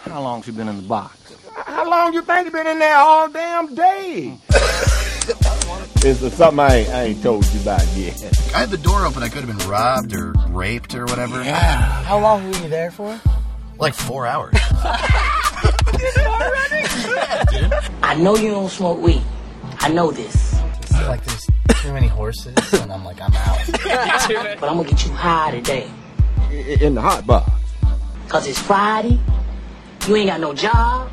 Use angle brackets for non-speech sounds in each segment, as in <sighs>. How long she been in the box? How long you think you been in there all damn day? It's something I ain't, I ain't told you about yet. I had the door open. I could have been robbed or raped or whatever. How long were you there for? Like <laughs> four hours. I know you don't smoke weed. I know this. Like there's too many horses, and I'm like, I'm out. <laughs> But I'm gonna get you high today. I- In the hot box. Cause it's Friday, you ain't got no job,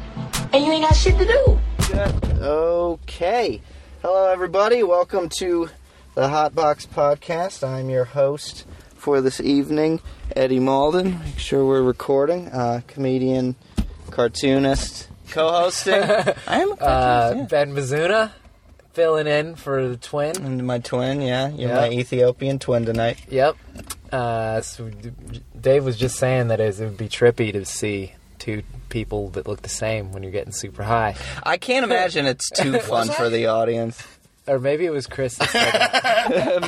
and you ain't got shit to do. Okay. Hello, everybody. Welcome to the Hotbox Podcast. I'm your host for this evening, Eddie Malden. Make sure we're recording. Uh, comedian, cartoonist, co <laughs> hosting. I am. A Uh, cartoonist, Ben Mizuna filling in for the twin. and my twin, yeah. You're Yeah. my Ethiopian twin tonight. Yep. Uh, so Dave was just saying that it would be trippy to see two people that look the same when you're getting super high. I can't imagine it's <laughs> too fun for the audience. Or maybe it was Chris. That said that.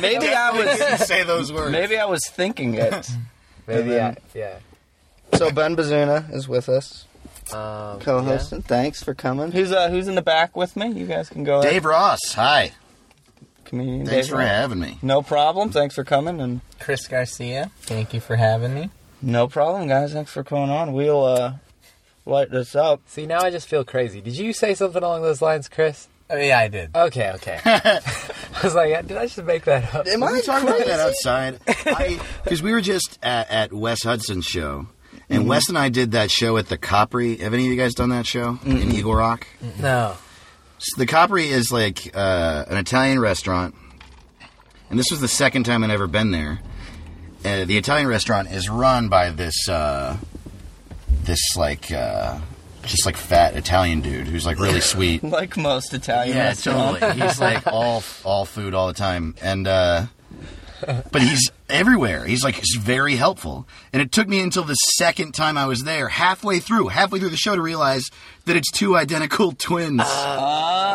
<laughs> Maybe I was. say those <laughs> words. Maybe I was thinking it. <laughs> Maybe I, And yeah. So Ben Bazuna is with us, Um, co-hosting. Thanks for coming. Who's uh, who's in the back with me? You guys can go. ahead. Dave Ross. Hi. comedian. Dave Thanks for Ross. having me. No problem. Thanks for coming, and Chris Garcia, thank you for having me. no problem, guys. Thanks for coming on. We'll uh, light this up. <laughs> See, now I just feel crazy. Did you say something along those lines, Chris? Oh, yeah, I did. Okay, <laughs> okay. I was like, did I just make that up? Am Can we talk about that outside? <laughs> Because we were just at, at Wes Hudson's show, and Mm-hmm. Wes and I did that show at the Coppery. Have any of you guys done that show in Eagle Rock? No. So the Coppery is like uh, an Italian restaurant, and this was the second time I'd ever been there. Uh, the Italian restaurant is run by this uh, this like uh, just like fat Italian dude who's like really sweet. Like most Italian Yeah, restaurants. totally. He's like <laughs> all all food all the time, and uh, but he's everywhere. He's like he's very helpful. And it took me until the second time I was there, halfway through, halfway through the show, to realize that it's two identical <laughs> twins. Oh.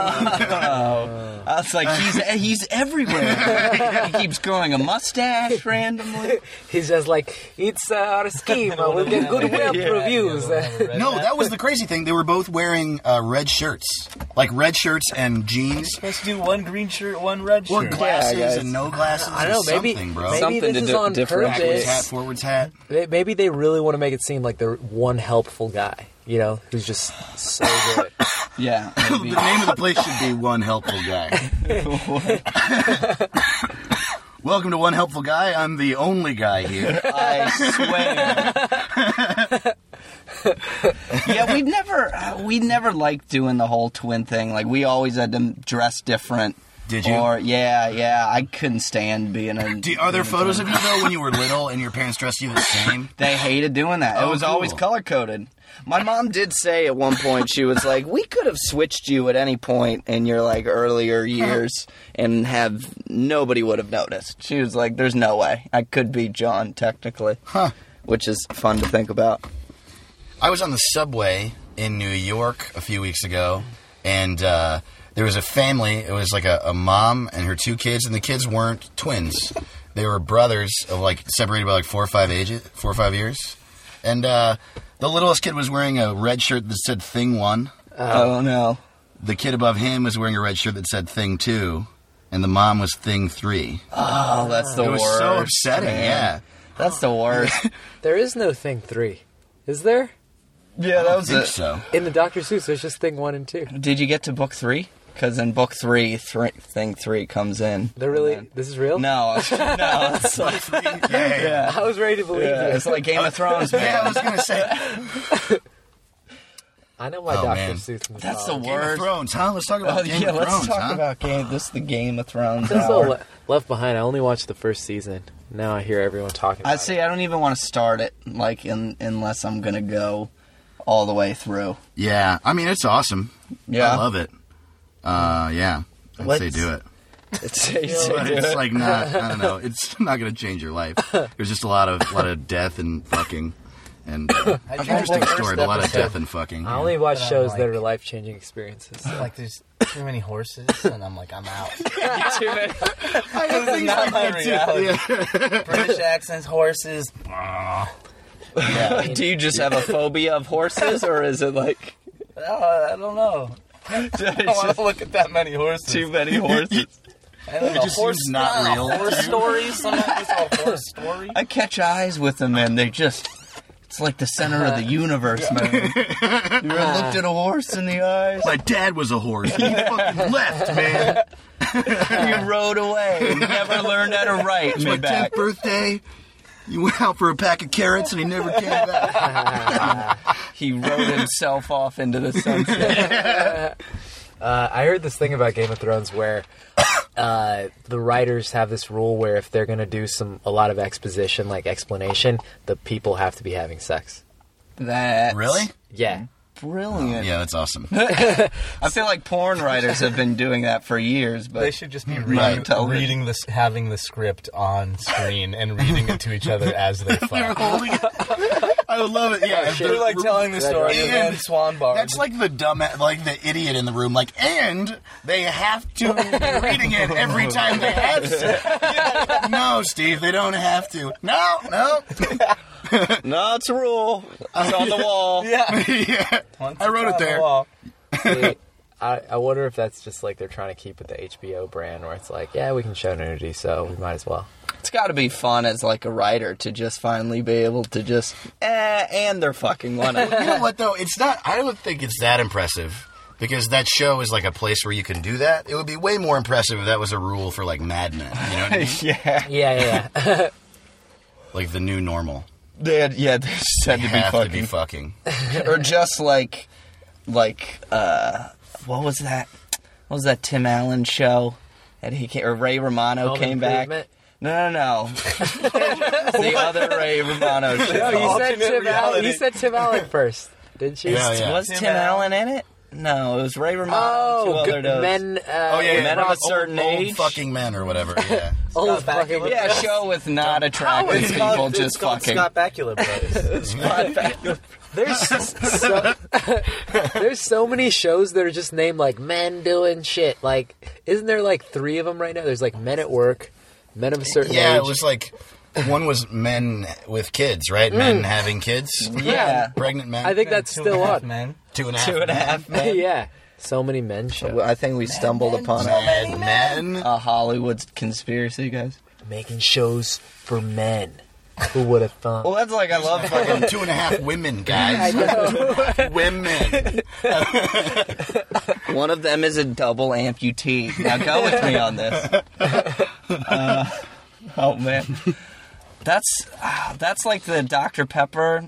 I was like, he's <laughs> he's everywhere. he keeps growing a mustache randomly. He's just like, it's uh, our <laughs> scheme. We'll get good web reviews. no, that was the crazy thing. They were both wearing uh, red shirts, like red shirts and jeans, Let's do one green shirt, one red or shirt. glasses guys. and no glasses. I don't or know, maybe, something, bro. maybe Something to this is di- on differentiate. Backwards hat, purpose. forwards hat. May- Maybe they really want to make it seem like they're one helpful guy, you know, who's just so good. Yeah. <laughs> <laughs> the name of the place should be One Helpful Guy. <laughs> Welcome to One Helpful Guy. I'm the only guy <laughs> here. I swear. yeah, we never uh, we never liked doing the whole twin thing. Like we always had to dress different. Did you? Or yeah, yeah. I couldn't stand being a. Do, are there photos of you though when you were little and your parents dressed you the same? They hated doing that. it Oh, was always cool. color coded. My mom did say at one point she was like, "We could have switched you at any point in your like earlier years and have nobody would have noticed." She was like, "There's no way I could be John technically," Huh. which is fun to think about. I was on the subway in New York a few weeks ago, and uh, there was a family. It was like a, a mom and her two kids, and the kids weren't twins. They were brothers, of like separated by like four or five ages, four or five years. And uh, the littlest kid was wearing a red shirt that said "Thing One." oh no. The kid above him was wearing a red shirt that said "Thing Two, and the mom was "Thing Three. Oh, that's the It was worst. so upsetting. Yeah, That's the worst. there is no thing three, is there? <laughs> yeah, that I think so. In the Dr. Seuss, there's just thing one and two. Did you get to book three? Because in book three, three, thing three comes in. They're really, this is real? No, <laughs> it's- no, <laughs> it's like, yeah. yeah. <laughs> I was ready to believe yeah, this. it's like Game of Thrones, Yeah, I man. was gonna say I know my Oh, Dr. man. Seuss mythology. That's the <laughs> worst. Oh, Game of Thrones, huh? Let's talk about Oh, <laughs> Game yeah, of let's Thrones, talk huh? about Game. This is the Game of Thrones. Since hour. the Le- Left Behind, I only watched the first season. Now I hear everyone talking about I see. I don't even want to start it, like, in, unless I'm gonna go all the way through. yeah, I mean it's awesome. Yeah. I <laughs> love it. Uh, yeah, I'd say Let's- do it. It's, But it's like not. I don't know. It's not gonna change your life. There's just a lot of lot of death and fucking, and uh, interesting story, but a lot of death and fucking. I only watch But I'm shows that like- are life changing experiences. Like there's too many horses, and I'm like, I'm out. not my reality. British accents, horses. Do you <laughs> just have a phobia of horses, or is it like Uh, I don't <laughs> know. I don't want to look at that many horses. too many horses? I don't know. just horse seems not I don't know, real. Horse stories. Someone just <laughs> a horse story. <laughs> I catch eyes with them, and they just—it's like the center of the universe, <laughs> man. You ever looked at a horse in the eyes? My dad was a horse. He fucking left, man. you rode away, never learned how to write. It's my Me back. tenth birthday. You went out for a pack of carrots and he never came back. He rode himself off into the sunset. Uh, I heard this thing about Game of Thrones where uh, the writers have this rule where if they're going to do some a lot of exposition, like explanation, the people have to be having sex. That Really? Yeah, brilliant. Yeah, that's awesome. I feel like porn writers have been doing that for years, but They should just be Right. reading, reading this, having the script on screen and reading it to each other as they fuck. Holding it. I would love it. Yeah, if They're like telling the story of And Ed Swan Bar. That's like the dumb, like the idiot in the room. Like, and they have to be reading it every time they have sex. <laughs> No, Steve, they don't have to. No, no. no, it's a rule. It's <laughs> on the wall. yeah. yeah. Once I wrote it's on it the there. wall. They- I, I wonder if that's just like they're trying to keep it the HBO brand, where it's like, yeah, we can show nudity, so we might as well. It's got to be fun as like a writer to just finally be able to just eh, and they're fucking one You know what though? It's not. I don't think it's that impressive because that show is like a place where you can do that. It would be way more impressive if that was a rule for like Mad Men. You know what I mean? <laughs> yeah, Yeah, yeah, <laughs> yeah. Like the new normal. they had, yeah, they just had You to be have to be fucking, fucking. or just like, like uh, what was that? What was that Tim Allen show? And he came, or Ray Romano Home came back. No, Improvement? no, <laughs> no. the other Ray Romano show. No, Oh, you said Alternate Tim Allen. reality. You said Tim Allen first, didn't you? Yeah, yeah. Was Tim, Tim Allen. in it? No, it was Ray Romano. and Oh, two good other dudes. men. Uh, Oh yeah, yeah. men of a Old- certain old age. fucking men or <laughs> whatever. Yeah. Old fucking Yeah, a show with not attractive people just fucking. Scott Bakula Brothers. <laughs> There's so, there's so <laughs> many shows that are just named like men doing shit. Like, isn't there like three of them right now? There's like Men at Work, Men of a Certain yeah, Age. it was like one was men with kids, right? Men having kids. Mm. yeah. Pregnant men. I think that's still on. man. two and a half. Two and a half men. <laughs> yeah, so many men shows. Well, I think we stumbled upon a, Mad men. a Hollywood conspiracy, guys. Making shows for men. Who would have <laughs> thought? Well, that's like I love fucking. Fucking two and a half women, guys. <laughs> women. <laughs> One of them is a double amputee. Now go with me on this. <laughs> Uh, oh man, that's ah, that's like the Dr Pepper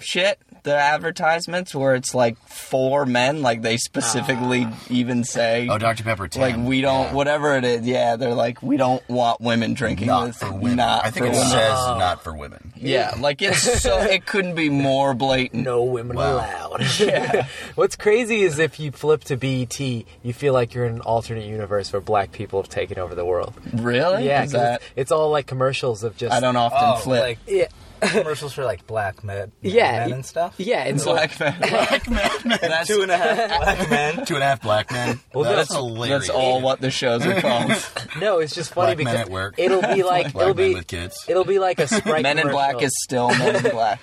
shit. The advertisements where it's like four men, like they specifically even say, Ah. Oh, Dr. Pepper. 10. like we don't, Yeah. whatever it is. Yeah, they're like we don't want women drinking Not this. for women. Not I think for it women. Oh. says not for women. Yeah, like it's so it couldn't be more blatant. no women allowed. <laughs> What's crazy is if you flip to BET, you feel like you're in an alternate universe where black people have taken over the world. Really? Yeah, 'cause Is that, it's, it's all like commercials of just I don't often Oh, flip. like Yeah. <laughs> commercials for like black men, Yeah, men and stuff. Yeah, it's like black man. Black man. That's Two and a half black men. Two and a half <laughs> black men. that's, hilarious. That's all what the shows are called. no, it's just funny Black men because at work. it'll be like Black it'll men be with <laughs> kids. it'll be like a Sprite. Men in commercial. Black is still Men in Black.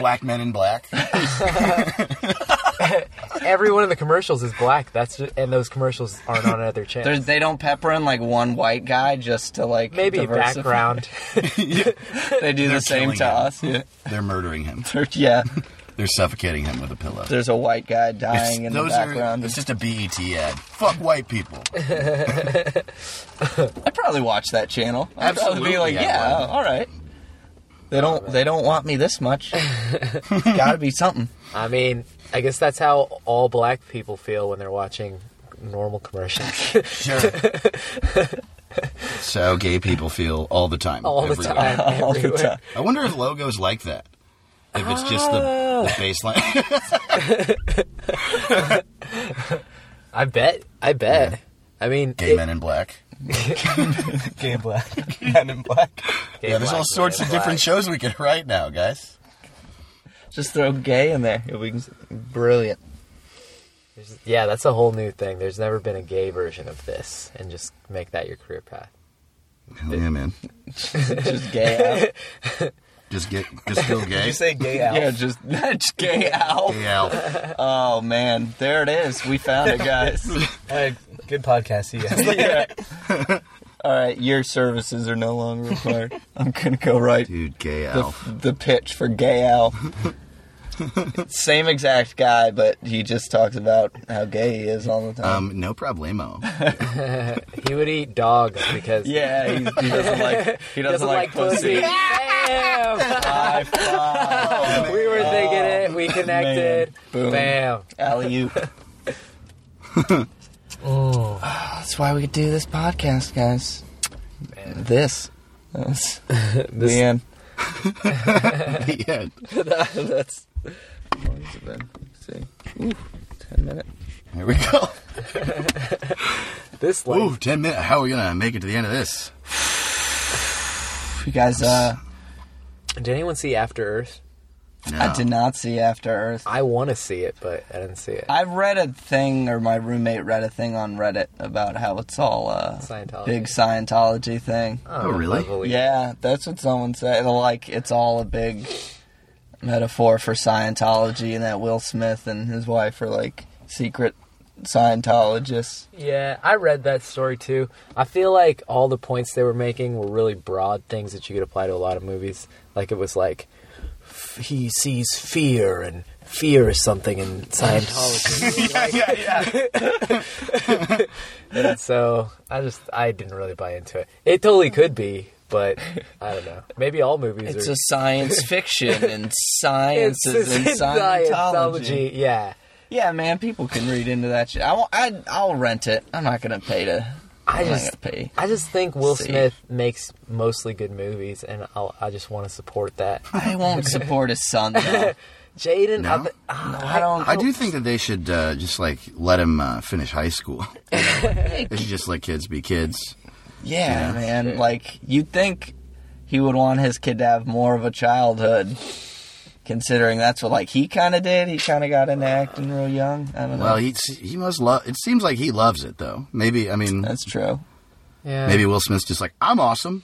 Black men in black. every one of the commercials is black. That's ju- and those commercials aren't on other There's, channels. they don't pepper in like one white guy just to like Maybe diversify. background. They do They're the same killing to him. us. Yeah. They're murdering him. They're- yeah. They're suffocating him with a pillow. There's a white guy It's- dying in the those background. Are, it's just a BET ad. Fuck white people. I'd probably watch that channel. I'd probably Absolutely, be like, I yeah, would. all right. They don't. They don't want me this much. Got to be something. I mean, I guess that's how all black people feel when they're watching normal commercials Sure. so gay people feel all the time. all the everywhere. time. All the everywhere. time. I wonder if logos like that. If it's just the, the baseline. <laughs> I bet. I bet. I mean, gay it- men in black. Gay black <laughs> men in black. gay yeah, there's black all sorts men of in different black. shows we could write now, guys. Just throw gay in there. If we can, brilliant. There's- Yeah, that's a whole new thing. There's never been a gay version of this, and just make that your career path. Yeah, man. <laughs> Just gay. Just get, just <laughs> feel gay. You say gay out. Yeah, just <laughs> that's gay out. Gay Alf. Oh man, there it is. We found it, guys. All right, good podcast. See ya. <laughs> Yeah. All right, your services are no longer required. <laughs> I'm gonna go right Dude, gay the, Alf. the pitch for gay Al. <laughs> Same exact guy, but he just talks about how gay he is all the time. Um, no <laughs> problemo. <laughs> He would eat dogs because yeah, he, he doesn't like <laughs> he he doesn't, doesn't like pussy. Bam! High five. we were thinking it. We connected. Boom. Bam. Alley you. <laughs> Ah, That's why we do this podcast, guys. This. That's the end. yeah. That's. How long has it been? Let's see. Ooh, 10 minutes. Here we go. This like, Ooh, 10 minutes. How are we going to make it to the end of this? You guys, uh, did anyone see After Earth? No. I did not see After Earth. I want to see it, but I didn't see it. I read a thing, or my roommate read a thing on Reddit about how it's all uh, Scientology. big Scientology thing. Oh, really? lovely. Yeah, that's what someone said. Like, it's all a big metaphor for Scientology, and that Will Smith and his wife are like secret Scientologists. Yeah, I read that story too. I feel like all the points they were making were really broad things that you could apply to a lot of movies. Like it was like f- he sees fear and fear is something <laughs> in Scientology. yeah, yeah, yeah. <laughs> and so I just I didn't really buy into it. It totally could be, but I don't know. Maybe all movies It's are a science fiction, and science is <laughs> in Scientology. Yeah. Yeah, man, people can read into that shit. I won't, I, I'll rent it. I'm not gonna pay to. I I'm not just gonna pay. I just think Will See. Smith makes mostly good movies, and I'll, I just want to <laughs> support that. I won't support his son. Though. Jaden, No? I, th- ah, I don't know. I don't. I do think that they should uh, just like let him uh, finish high school. they should just let kids be kids. Yeah, man. Like you'd think he would want his kid to have more of a childhood, considering that's what like he kind of did. He kind of got into acting real young. I don't know. Well, he he must love. It seems like he loves it though. Maybe I mean that's true. Yeah. maybe Will Smith's just like I'm awesome.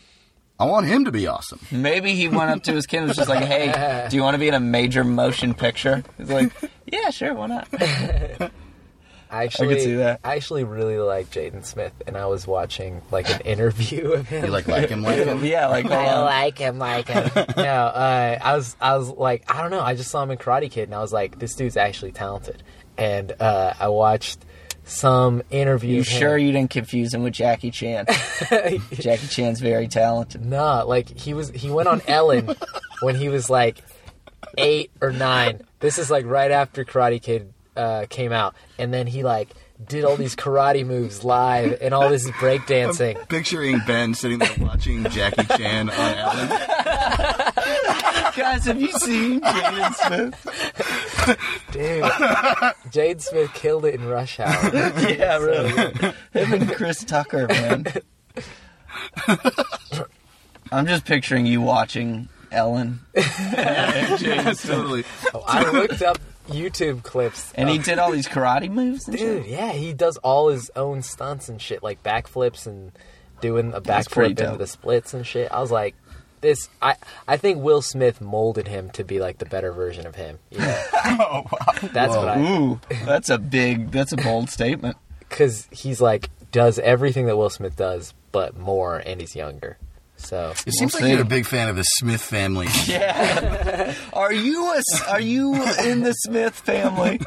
I want him to be awesome. Maybe he went up to his kid and was just like, "Hey, do you want to be in a major motion picture?" He's like, "Yeah, sure, why not?" I actually, see that. I actually really like Jaden Smith, and I was watching like <laughs> an interview of him. You like like him, like him. yeah, like um, hold <laughs> I on. like him, like him. <laughs> no, uh, I was, I was like, I don't know. I just saw him in Karate Kid, and I was like, this dude's actually talented. And uh, I watched some interview. You of him. sure you didn't confuse him with Jackie <laughs> Chan? Jackie Chan's very talented. Nah, like he was he went on <laughs> Ellen when he was like eight or nine. This is like right after Karate Kid uh, came out, and then he like did all these karate moves live and all this breakdancing. <laughs> Picturing Ben sitting there watching Jackie Chan on Ellen. Guys, have you seen <laughs> Jaden Smith? Dude, Jade Smith killed it in Rush Hour. <laughs> yeah, really. Him and Chris Tucker, man. I'm just picturing you watching Ellen, totally. I looked up YouTube clips. and he of- did all these karate moves. And dude, shit. yeah, he does all his own stunts and shit, like backflips and doing a backflip pretty into dope. the splits and shit. I was like, this, I, I think Will Smith molded him to be like the better version of him. <laughs> You know? Oh, That's what I, Ooh, that's a big, that's a bold statement. because he's like does everything that Will Smith does, but more, and he's younger. So It seems like see. you're a big fan of the Smith family. Are you a, s- are you in the Smith family?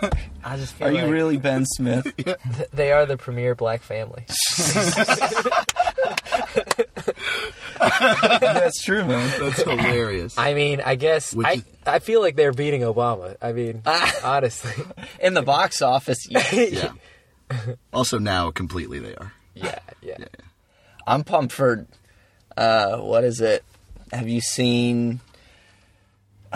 I just feel Are you like really Ben Smith? they are the premier black family. That's true, man. That's hilarious. I mean, I guess Which I is- I feel like they're beating Obama. I mean, Ah. <laughs> honestly, In the box office, <laughs> yeah. yeah. Also now, completely they are. yeah, yeah. I'm pumped for uh what is it? Have you seen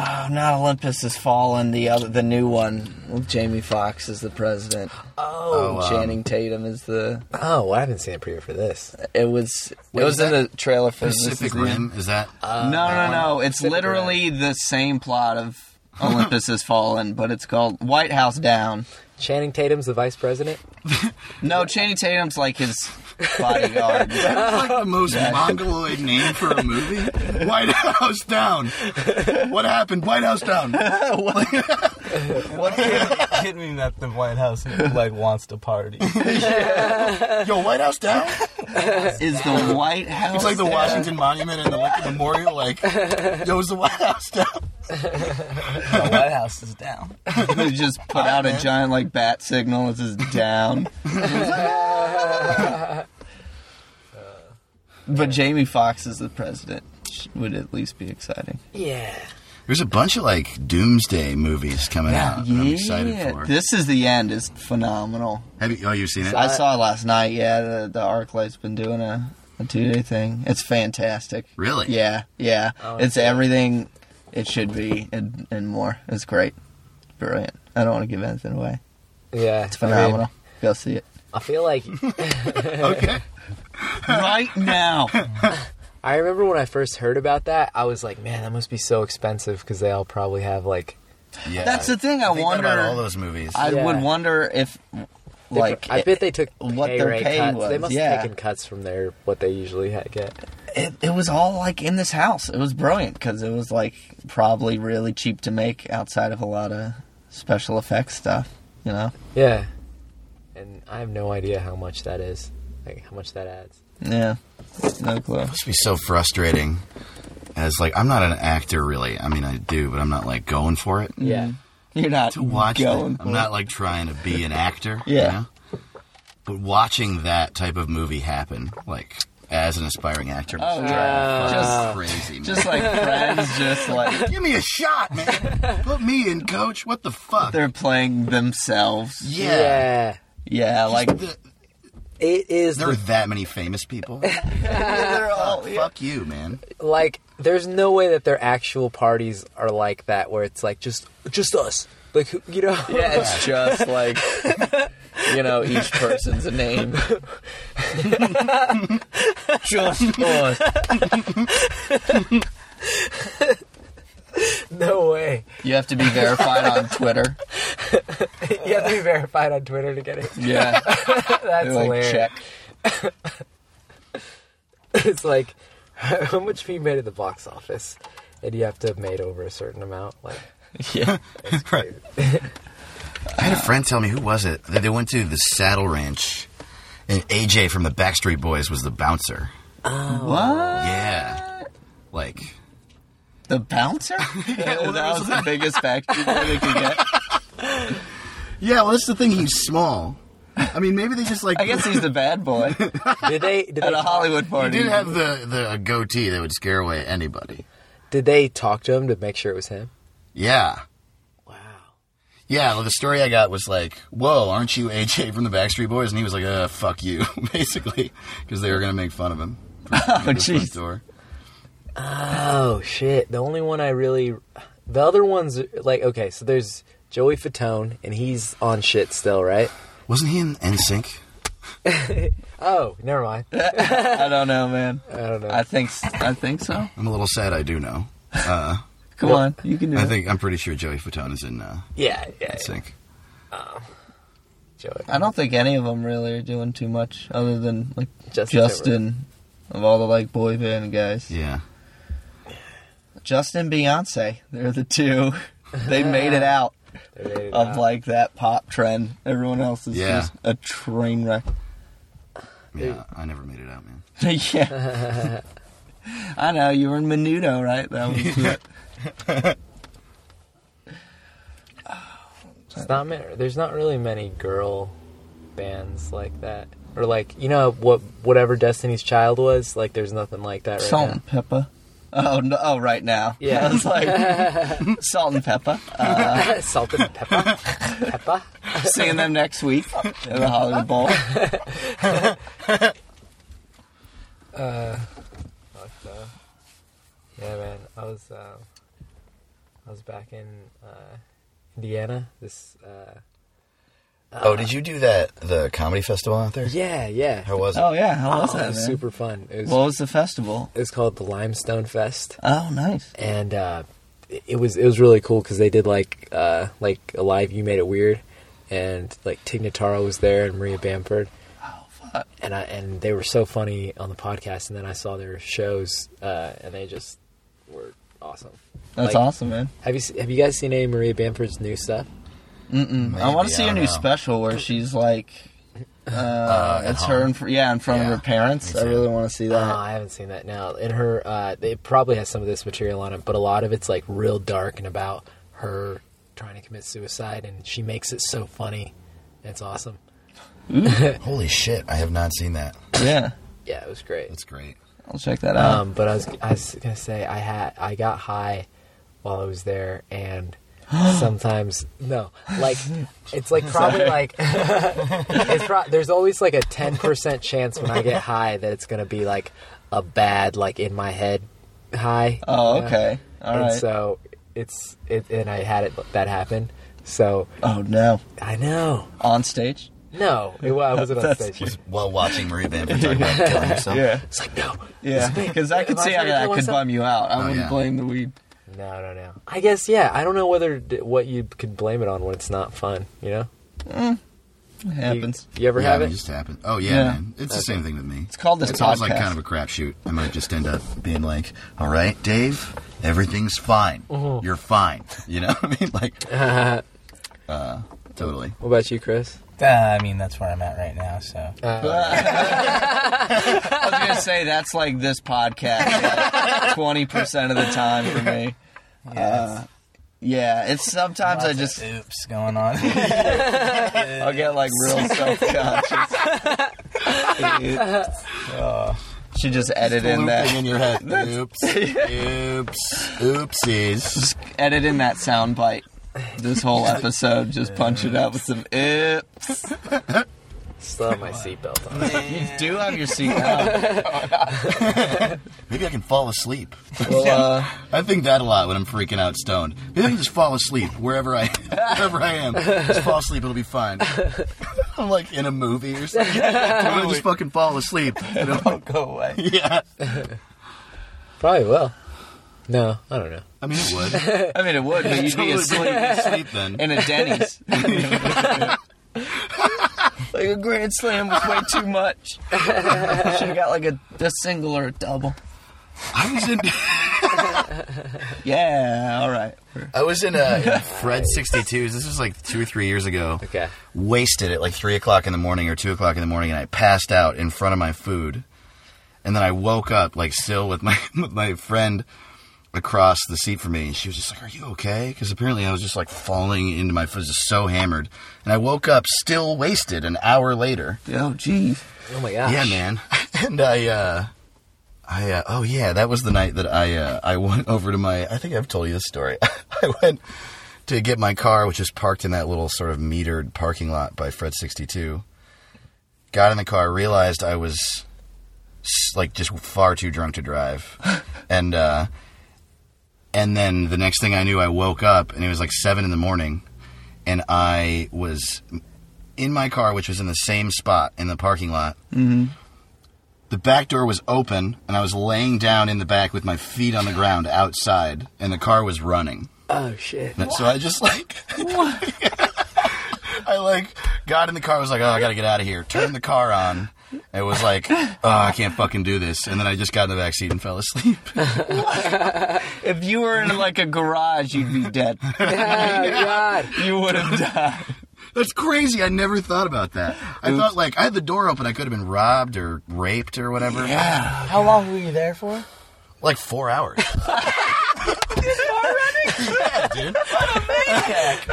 Oh, not Olympus has fallen. The other, the new one. Well, Jamie Foxx is the president. Oh, um, Channing Tatum is the. oh, well, I haven't seen a preview for this. It was. Wait, it was is in the that trailer for this Pacific is new. Rim is that? no, no, no. It's literally the same plot <laughs> of Olympus has fallen, but it's called White House Down. Channing Tatum's the vice president. <laughs> No, Channing Tatum's like his bodyguard. That's like <laughs> the most mongoloid name for a movie. White House Down. What happened? White House Down. What hit me that the White House like wants to party? Yo, White House Down? Is the White House? It's like the Washington Monument and the Lincoln Memorial. Like, yo, is the White House down? The White House is down. They just put out a giant like bat signal. It says down. but Jamie Foxx is the president. Would at least be exciting. <laughs> Yeah. There's a bunch of like doomsday movies coming out. that I'm excited for. This is the end is phenomenal. Have you? Oh, you've seen it? I saw it last night. Yeah, the, the ArcLight's been doing a, a two day thing. It's fantastic. Really? Yeah, yeah. it's everything it should be and, and more. It's great. Brilliant. I don't want to give anything away. Yeah. It's Phenomenal. Go see it I feel like Okay. right now. I remember when I first heard about that, I was like, man, that must be so expensive because they all probably have like. Yeah. That's the thing. I, Think wonder. about all those movies. I Yeah. would wonder if, they like, pro- I bet they took what pay their rate pay cuts. they was, must yeah. have taken cuts from their what they usually ha- get. it, it was all like in this house. It was brilliant because it was like probably really cheap to make outside of a lot of special effects stuff. You know? Yeah. And I have no idea how much that is, like how much that adds. Yeah. No clue. must be so frustrating. As like, I'm not an actor really. I mean, I do, but I'm not like going for it. Mm-hmm. Yeah. You're not To watch, going. that, I'm not like trying to be an actor. Yeah. You know? But watching that type of movie happen, like as an aspiring actor, Oh, was yeah. Just- crazy. Man. Just like friends, just like give me a shot, man. <laughs> Put me in, coach. What the fuck? they're playing themselves. yeah. Yeah. Yeah, <laughs> like The- It is there are that many famous <laughs> people. they're all. Fuck you, man. like there's no way that their actual parties are like that where it's like just just us. Like who- you know. <laughs> Yeah, it's just like you know, each person's a name. <laughs> just us. no way. You have to be verified on Twitter. You have to be verified on Twitter to get <laughs> it. Yeah, <laughs> That's they, like hilarious. check. <laughs> It's like <laughs> how much we made at the box office, and you have to have made over a certain amount. Like Yeah, right. I had a friend tell me who was it that they went to the Saddle Ranch, and AJ from the Backstreet Boys was the bouncer. what? Yeah, like The bouncer? well, that was the biggest Backstreet Boy they could get. yeah. Well, that's the thing. He's small. I mean, maybe they just like. I guess he's the bad boy did <laughs> they did at they, a Hollywood he party. did <laughs> have the the a goatee that would scare away anybody. did they talk to him to make sure it was him? Yeah. Wow. Yeah, well, the story I got was like, "Whoa, aren't you AJ from the Backstreet Boys?" And he was like, "Uh, fuck you," <laughs> basically, because they were gonna make fun of him. Oh, jeez. Oh shit! The only one I really, the other ones like okay. So there's Joey Fatone, and he's on shit still, right? Wasn't he in NSYNC? Oh, never mind. I don't know, man. I don't know. I think s- I think so. I'm a little sad. I do know. Uh, Come on, you can do I it. think I'm pretty sure Joey Fatone is in uh, yeah, yeah, yeah. NSYNC. Joey. I don't think any of them really are doing too much other than like Justin. Justin of all the like boy band guys. Yeah. Justin Beyonce, they're the two. They made it out Timberlake. They made it of out. like that pop trend. Everyone else is Yeah. just a train wreck. <laughs> Yeah, I never made it out, man. yeah. I know you were in Menudo, right? That was it. It's not ma- there's not really many girl bands like that, or like you know what whatever Destiny's Child was. Like there's nothing like that right Salt now. and Pepper. Oh no! Oh, right now. <laughs> Yeah. I was like Salt and Pepper. Uh, <laughs> Salt <laughs> and pepper, pepper. seeing them next week at the Hollywood Bowl. Yeah, man. I was uh, I was back in uh, Indiana. This uh, oh, did you do that the comedy festival out there? yeah, yeah. How was it? Oh yeah, how was Oh, that? it was man? super fun. It was, What was the festival? it was called the Limestone Fest, Oh, nice. and uh, it- it was it was really cool because they did like uh, like a live You Made It Weird, and like Tig Notaro was there and Maria Bamford, thought. and I and they were so funny on the podcast, and then I saw their shows, uh, and they just were awesome. That's Like- awesome, man. Have you se- have you guys seen any Maria Bamford's new stuff? I want Maybe, to see I her don't new know. special where she's like, uh, it's her, in fr- yeah, in front Yeah, of her parents. me I too. really want to see Oh, that. I haven't seen that now. In her, uh, it probably has some of this material on it, but a lot of it's like real dark and about her trying to commit suicide, and she makes it so funny. It's awesome. Holy shit! I have not seen that. Uh, yeah, Yeah, it was great. That's great. I'll check that out. Um, but I was I was gonna say I had I got high while I was there, <gasps> and sometimes no, like it's like probably like <laughs> it's pro- there's always like a ten percent chance when I get high that it's gonna be like a bad like in my head high. oh, you know? okay, all and right. so it's it, and I had it that happen. So oh no, I know. on stage. No, it, well, I wasn't on stage. While watching Marie Bamford talk about killing <laughs> herself. Yeah. It's like no, Yeah, because I could Am I see how trying to that kill could myself? bum you out. I wouldn't yeah. blame the weed. No, no, no. I guess yeah. I don't know whether d- what you could blame it on when it's not fun. You know, It You- happens. You, ever Yeah, have I it? mean, it just happened. Oh yeah, Yeah. man. It's the same thing with me. It's called this It's always like podcast. kind of a crapshoot. I might just end up being like, "All right, Dave, everything's fine. You're fine." <laughs> You know what I mean? <laughs> Like, uh, totally. What about you, Chris? Uh, I mean, that's where I'm at right now. So I was gonna say that's like this podcast twenty percent of the time for me. Uh, yeah, it's sometimes I just oops going <laughs> on. I'll get like real self conscious. Should just edit in Looping that in your <laughs> head. Oops. Oops. <laughs> Oopsies. edit in that sound bite. This whole episode, just punch it up with some oops. Still have my seatbelt on. You do have your seat now. Maybe I can fall <laughs> asleep. Well, uh, I think that a lot when I'm freaking out stoned. Maybe I can just fall asleep wherever I <laughs> wherever I am. Just fall asleep, it'll be fine. <laughs> I'm like in a movie or <laughs> something. I'm gonna just fucking fall asleep. You know? go away. <laughs> yeah. Probably will. No, I don't know. I mean, it <laughs> would. I mean, it would, but you'd be Totally asleep asleep <laughs> then. in a Denny's. like a grand slam was way too much. Should have got like a, a single or a double. I was in Yeah, all right. I was in <laughs> a Fred 62s. This was like two or three years ago. Okay. wasted at like three o'clock in the morning or two o'clock in the morning, and I passed out in front of my food. And then I woke up like still with my <laughs> with my friend across the seat from me, and she was just like, "Are you okay?" Because apparently I was just like falling into my foot, just so hammered. And I woke up still wasted an hour later. Oh, geez. Oh my gosh. Yeah, man. <laughs> and I, uh, I, uh, oh yeah, that was the night that I, uh, I went <laughs> over to my. I think I've told you this story. <laughs> I went to get my car, which is parked in that little sort of metered parking lot by Fred 62. Got in the car, realized I was s- like just far too drunk to <laughs> drive, and uh, and then the next thing I knew, I woke up and it was like seven in the morning, and I was in my car, which was in the same spot in the parking lot. Mm-hmm. The back door was open, and I was laying down in the back with my feet on the ground outside, and the car was running. Oh shit. And So I just like. <laughs> I like got in the car. Was like, oh, I gotta get out of here. Turned the car on. It was like, oh, I can't fucking do this. And then I just got in the back seat and fell asleep. <laughs> If you were in like a garage, you'd be dead. God. You would have died. That's crazy. I never thought about that. I thought like I had the door open. I could have been robbed or raped or whatever. Yeah. How long were you there for? Like four hours. Already? Yeah, dude.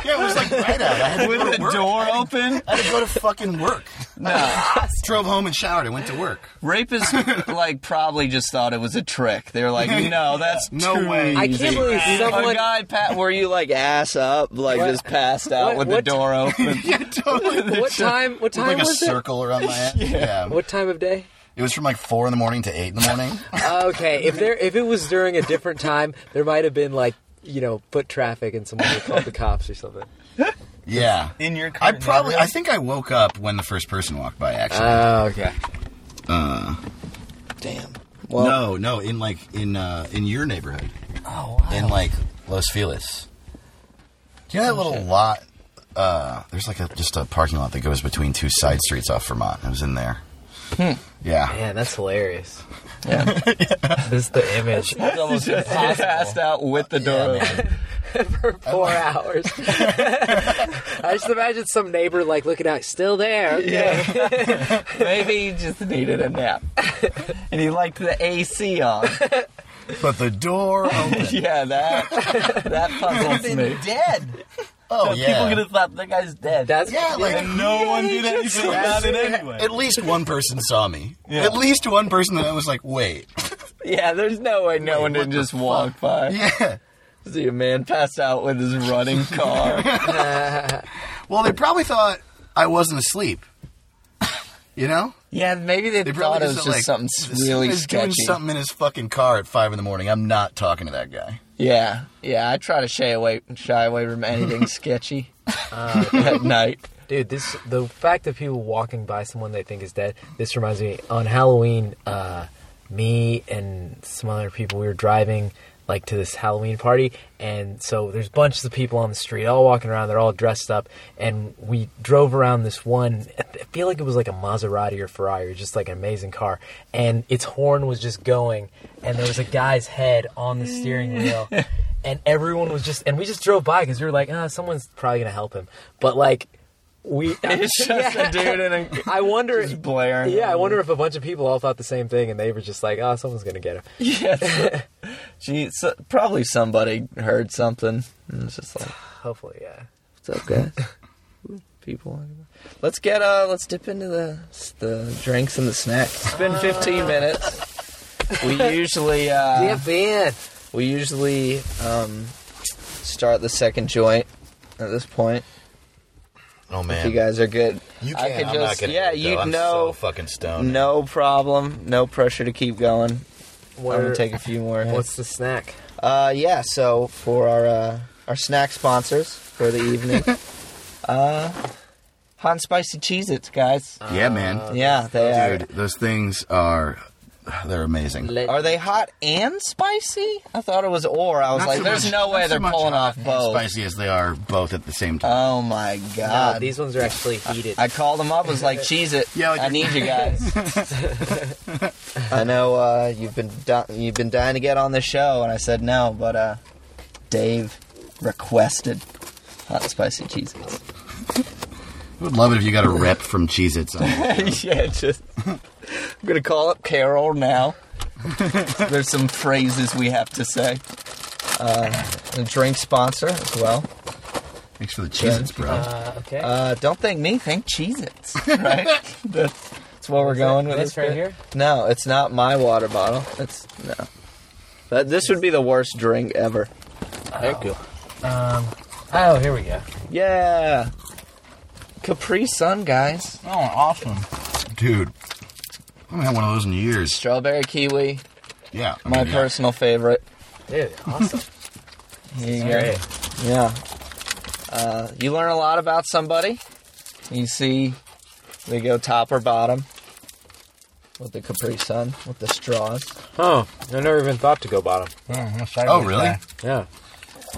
Yeah, it was like right out. I had to go With to the work. door open? I had to go to fucking work. No. <laughs> Drove home and showered. I went to work. Rapists like probably just thought it was a trick. They were like, no, that's No too way. I I easy." can't believe A someone. guy, Pat, were you like ass up, like What? just passed out What- with what- the door open? Yeah, totally. What time? What time like a was it? circle around my head. Yeah. What time of day? It was from like four in the morning to eight in the morning. Okay, if there if it was during a different time, there might have been like you know foot traffic and someone would call the cops or something. yeah. In your car. I probably, I think I woke up when the first person walked by. Actually, Oh, okay. Damn. Well, no, no, in like in uh, in your neighborhood, Oh, in like Los Feliz. Do you know that little lot? Uh, there's like a, just a parking lot that goes between two side streets off Vermont. I was in there. <laughs> Yeah. Man, that's hilarious. Yeah. this is the image. <laughs> almost passed out with the door open. for four hours. <laughs> I just imagine some neighbor like looking out, still there. Okay. Maybe he just needed a nap. <laughs> and he liked the AC on. But the door opened. <laughs> Yeah, that that puzzles me. Dead. <laughs> oh, People yeah. could have thought that guy's dead. That's yeah, like No one <laughs> did anything about it anyway. At least one person saw me. At least one person that was like, wait. yeah, there's no way no one didn't just walk by. <laughs> Yeah. See a man pass out with his running <laughs> car. Well, they probably thought I wasn't asleep. You know? yeah, maybe they, They thought probably it was just thought, something this really is doing sketchy. something in his fucking car at five in the morning. I'm not talking to that guy. Yeah, yeah. I try to shy away, shy away from <laughs> anything sketchy Uh. at <laughs> night. Dude, this the fact of people walking by someone they think is dead. This reminds me on Halloween, uh, me and some other people we were driving like to this Halloween party, and so there's bunches of people on the street, all walking around. They're all dressed up, and we drove around this one. I feel like it was like a Maserati or Ferrari, or just like an amazing car, and its horn was just going, and there was a guy's head on the steering wheel. And everyone was just, and we just drove by because we were like, ah, someone's probably gonna help him. But like, we <laughs> It's just a dude in a <laughs> I wonder blaring. yeah, I wonder if a bunch of people all thought the same thing and they were just like, oh, someone's gonna get him. <laughs> Yes. Gee, so, probably somebody heard something and was just like, Hopefully, yeah. "What's up, guys?" People. Let's get uh, let's dip into the the drinks and the snacks. It's been 15 minutes. We usually uh, man. we usually um, start the second joint at this point. Oh If man, you guys are good. You I can. could I'm just- not gonna. yeah, do it, you though. I'm know- So fucking stoned. No problem. No pressure to keep going. I'm Where, gonna take a few more. hits. what's the snack? Uh, yeah. So for our uh, our snack sponsors for the <laughs> evening, uh, hot and spicy Cheez-Its, guys. Yeah, man. yeah, they are. Dude, Uh, those things are. They're amazing. Are they hot and spicy? I thought it was or. I was Not like, so there's much- no not way so they're much pulling hot off and both. Spicy as they are, both at the same time. Oh my Uh, god! these ones are actually heated. I called them up. Was like, "Cheese it! Yeah, like- I need you <laughs> guys." I know uh, you've been di- you've been dying to get on the show, and I said no, but uh, Dave requested hot and spicy cheese. I would love it if you got a rep from Cheez-Its. on <laughs> it. yeah, just I'm gonna call up Carol now. There's some phrases we have to say. Uh, a drink sponsor as well. Thanks for the Cheez-Its, bro. Uh, okay. Uh, don't thank me, thank Cheez-Its. Right? that's, that's where we're going with this this right bit. here? No, it's not my water bottle. It's no. But this would be the worst drink ever. Thank you. oh, here we go. Yeah. Capri Sun, guys. Oh, awesome. Dude, I haven't had one of those in years. Strawberry kiwi, Yeah. I my mean, yeah. personal favorite. Dude, awesome. Here you go. Great. <laughs> Yeah. Uh, you learn a lot about somebody. You see, they go top or bottom with the Capri Sun, with the straws. Oh, I've never even thought to go bottom. Oh, really? Yeah.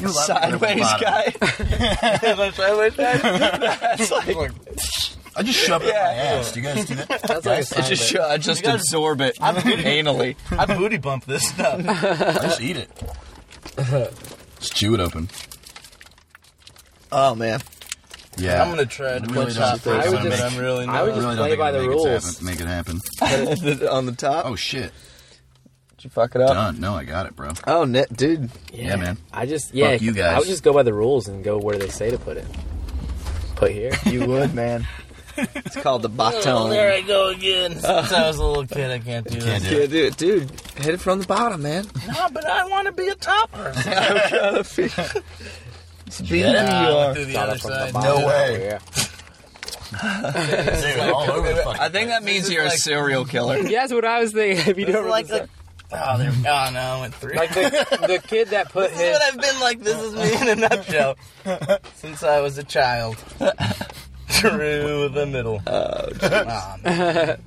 Sideways guy. The sideways guy. That's like, I just shoved it in my ass. Do you guys do that? That's like a I just, I just absorb it anally. <laughs> I booty bump this stuff. I just eat it. Just chew it open. Oh, man. Yeah. I'm gonna try to Really put don't top think first, I would but just- I'm really I would not. just really don't play think by I the can make it rules. happen- Make it <laughs> happen. On the top. Oh shit! Did you fuck it up? Done. No, I got it, bro. Oh, net, dude. Yeah, man. I just yeah. Fuck you guys. I would just go by the rules and go where they say to put it. Put here. You would, man. It's called the Baton. I go <laughs> again. Since I was a little kid, I can't do Can't this. do it. dude, dude, hit it from the bottom, man. No, but I want to be a topper. Be who you are. do the other side. No way. Yeah. Dude, all over the fucking. I think that means you're a serial killer. Yeah, that's what I was thinking. <laughs> If you don't like remember- the- Oh, there. Oh no, I went through. like the, the kid that put his But <laughs> I've been like, this is me in a nutshell since I was a <laughs> child. Through the middle. Oh, man.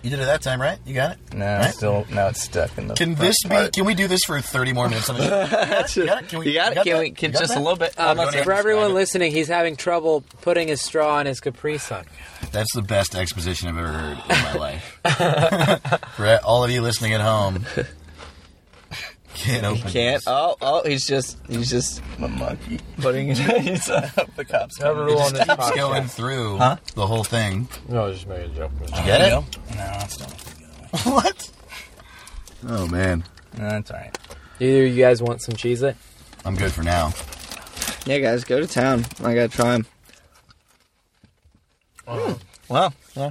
You did it that time, right? You got it. No, Right? still no. It's stuck in the. Can front this be? part. Can we do this for thirty more minutes? on the- <laughs> You got it? Can we? You got it? Can that? we? Can You got just that? a little bit? uh, Um, go ahead for and everyone describe it. listening, he's having trouble putting his straw in his Capri Sun. That's the best exposition I've ever heard in my life. <laughs> for all of you listening at <laughs> home, can't open. Can't. Oh, oh, he's just, he's just I'm a monkey. <laughs> putting it. uh, He's, I hope the cops. I have a rule on this It's going podcast. through the whole thing. No, just make a joke. Get it? No, no, it's not. what? Oh man, No, it's all right. Either you guys want some cheese it? I'm good for now. yeah, guys, go to town. I gotta try him. Wow. Uh-huh. Yeah.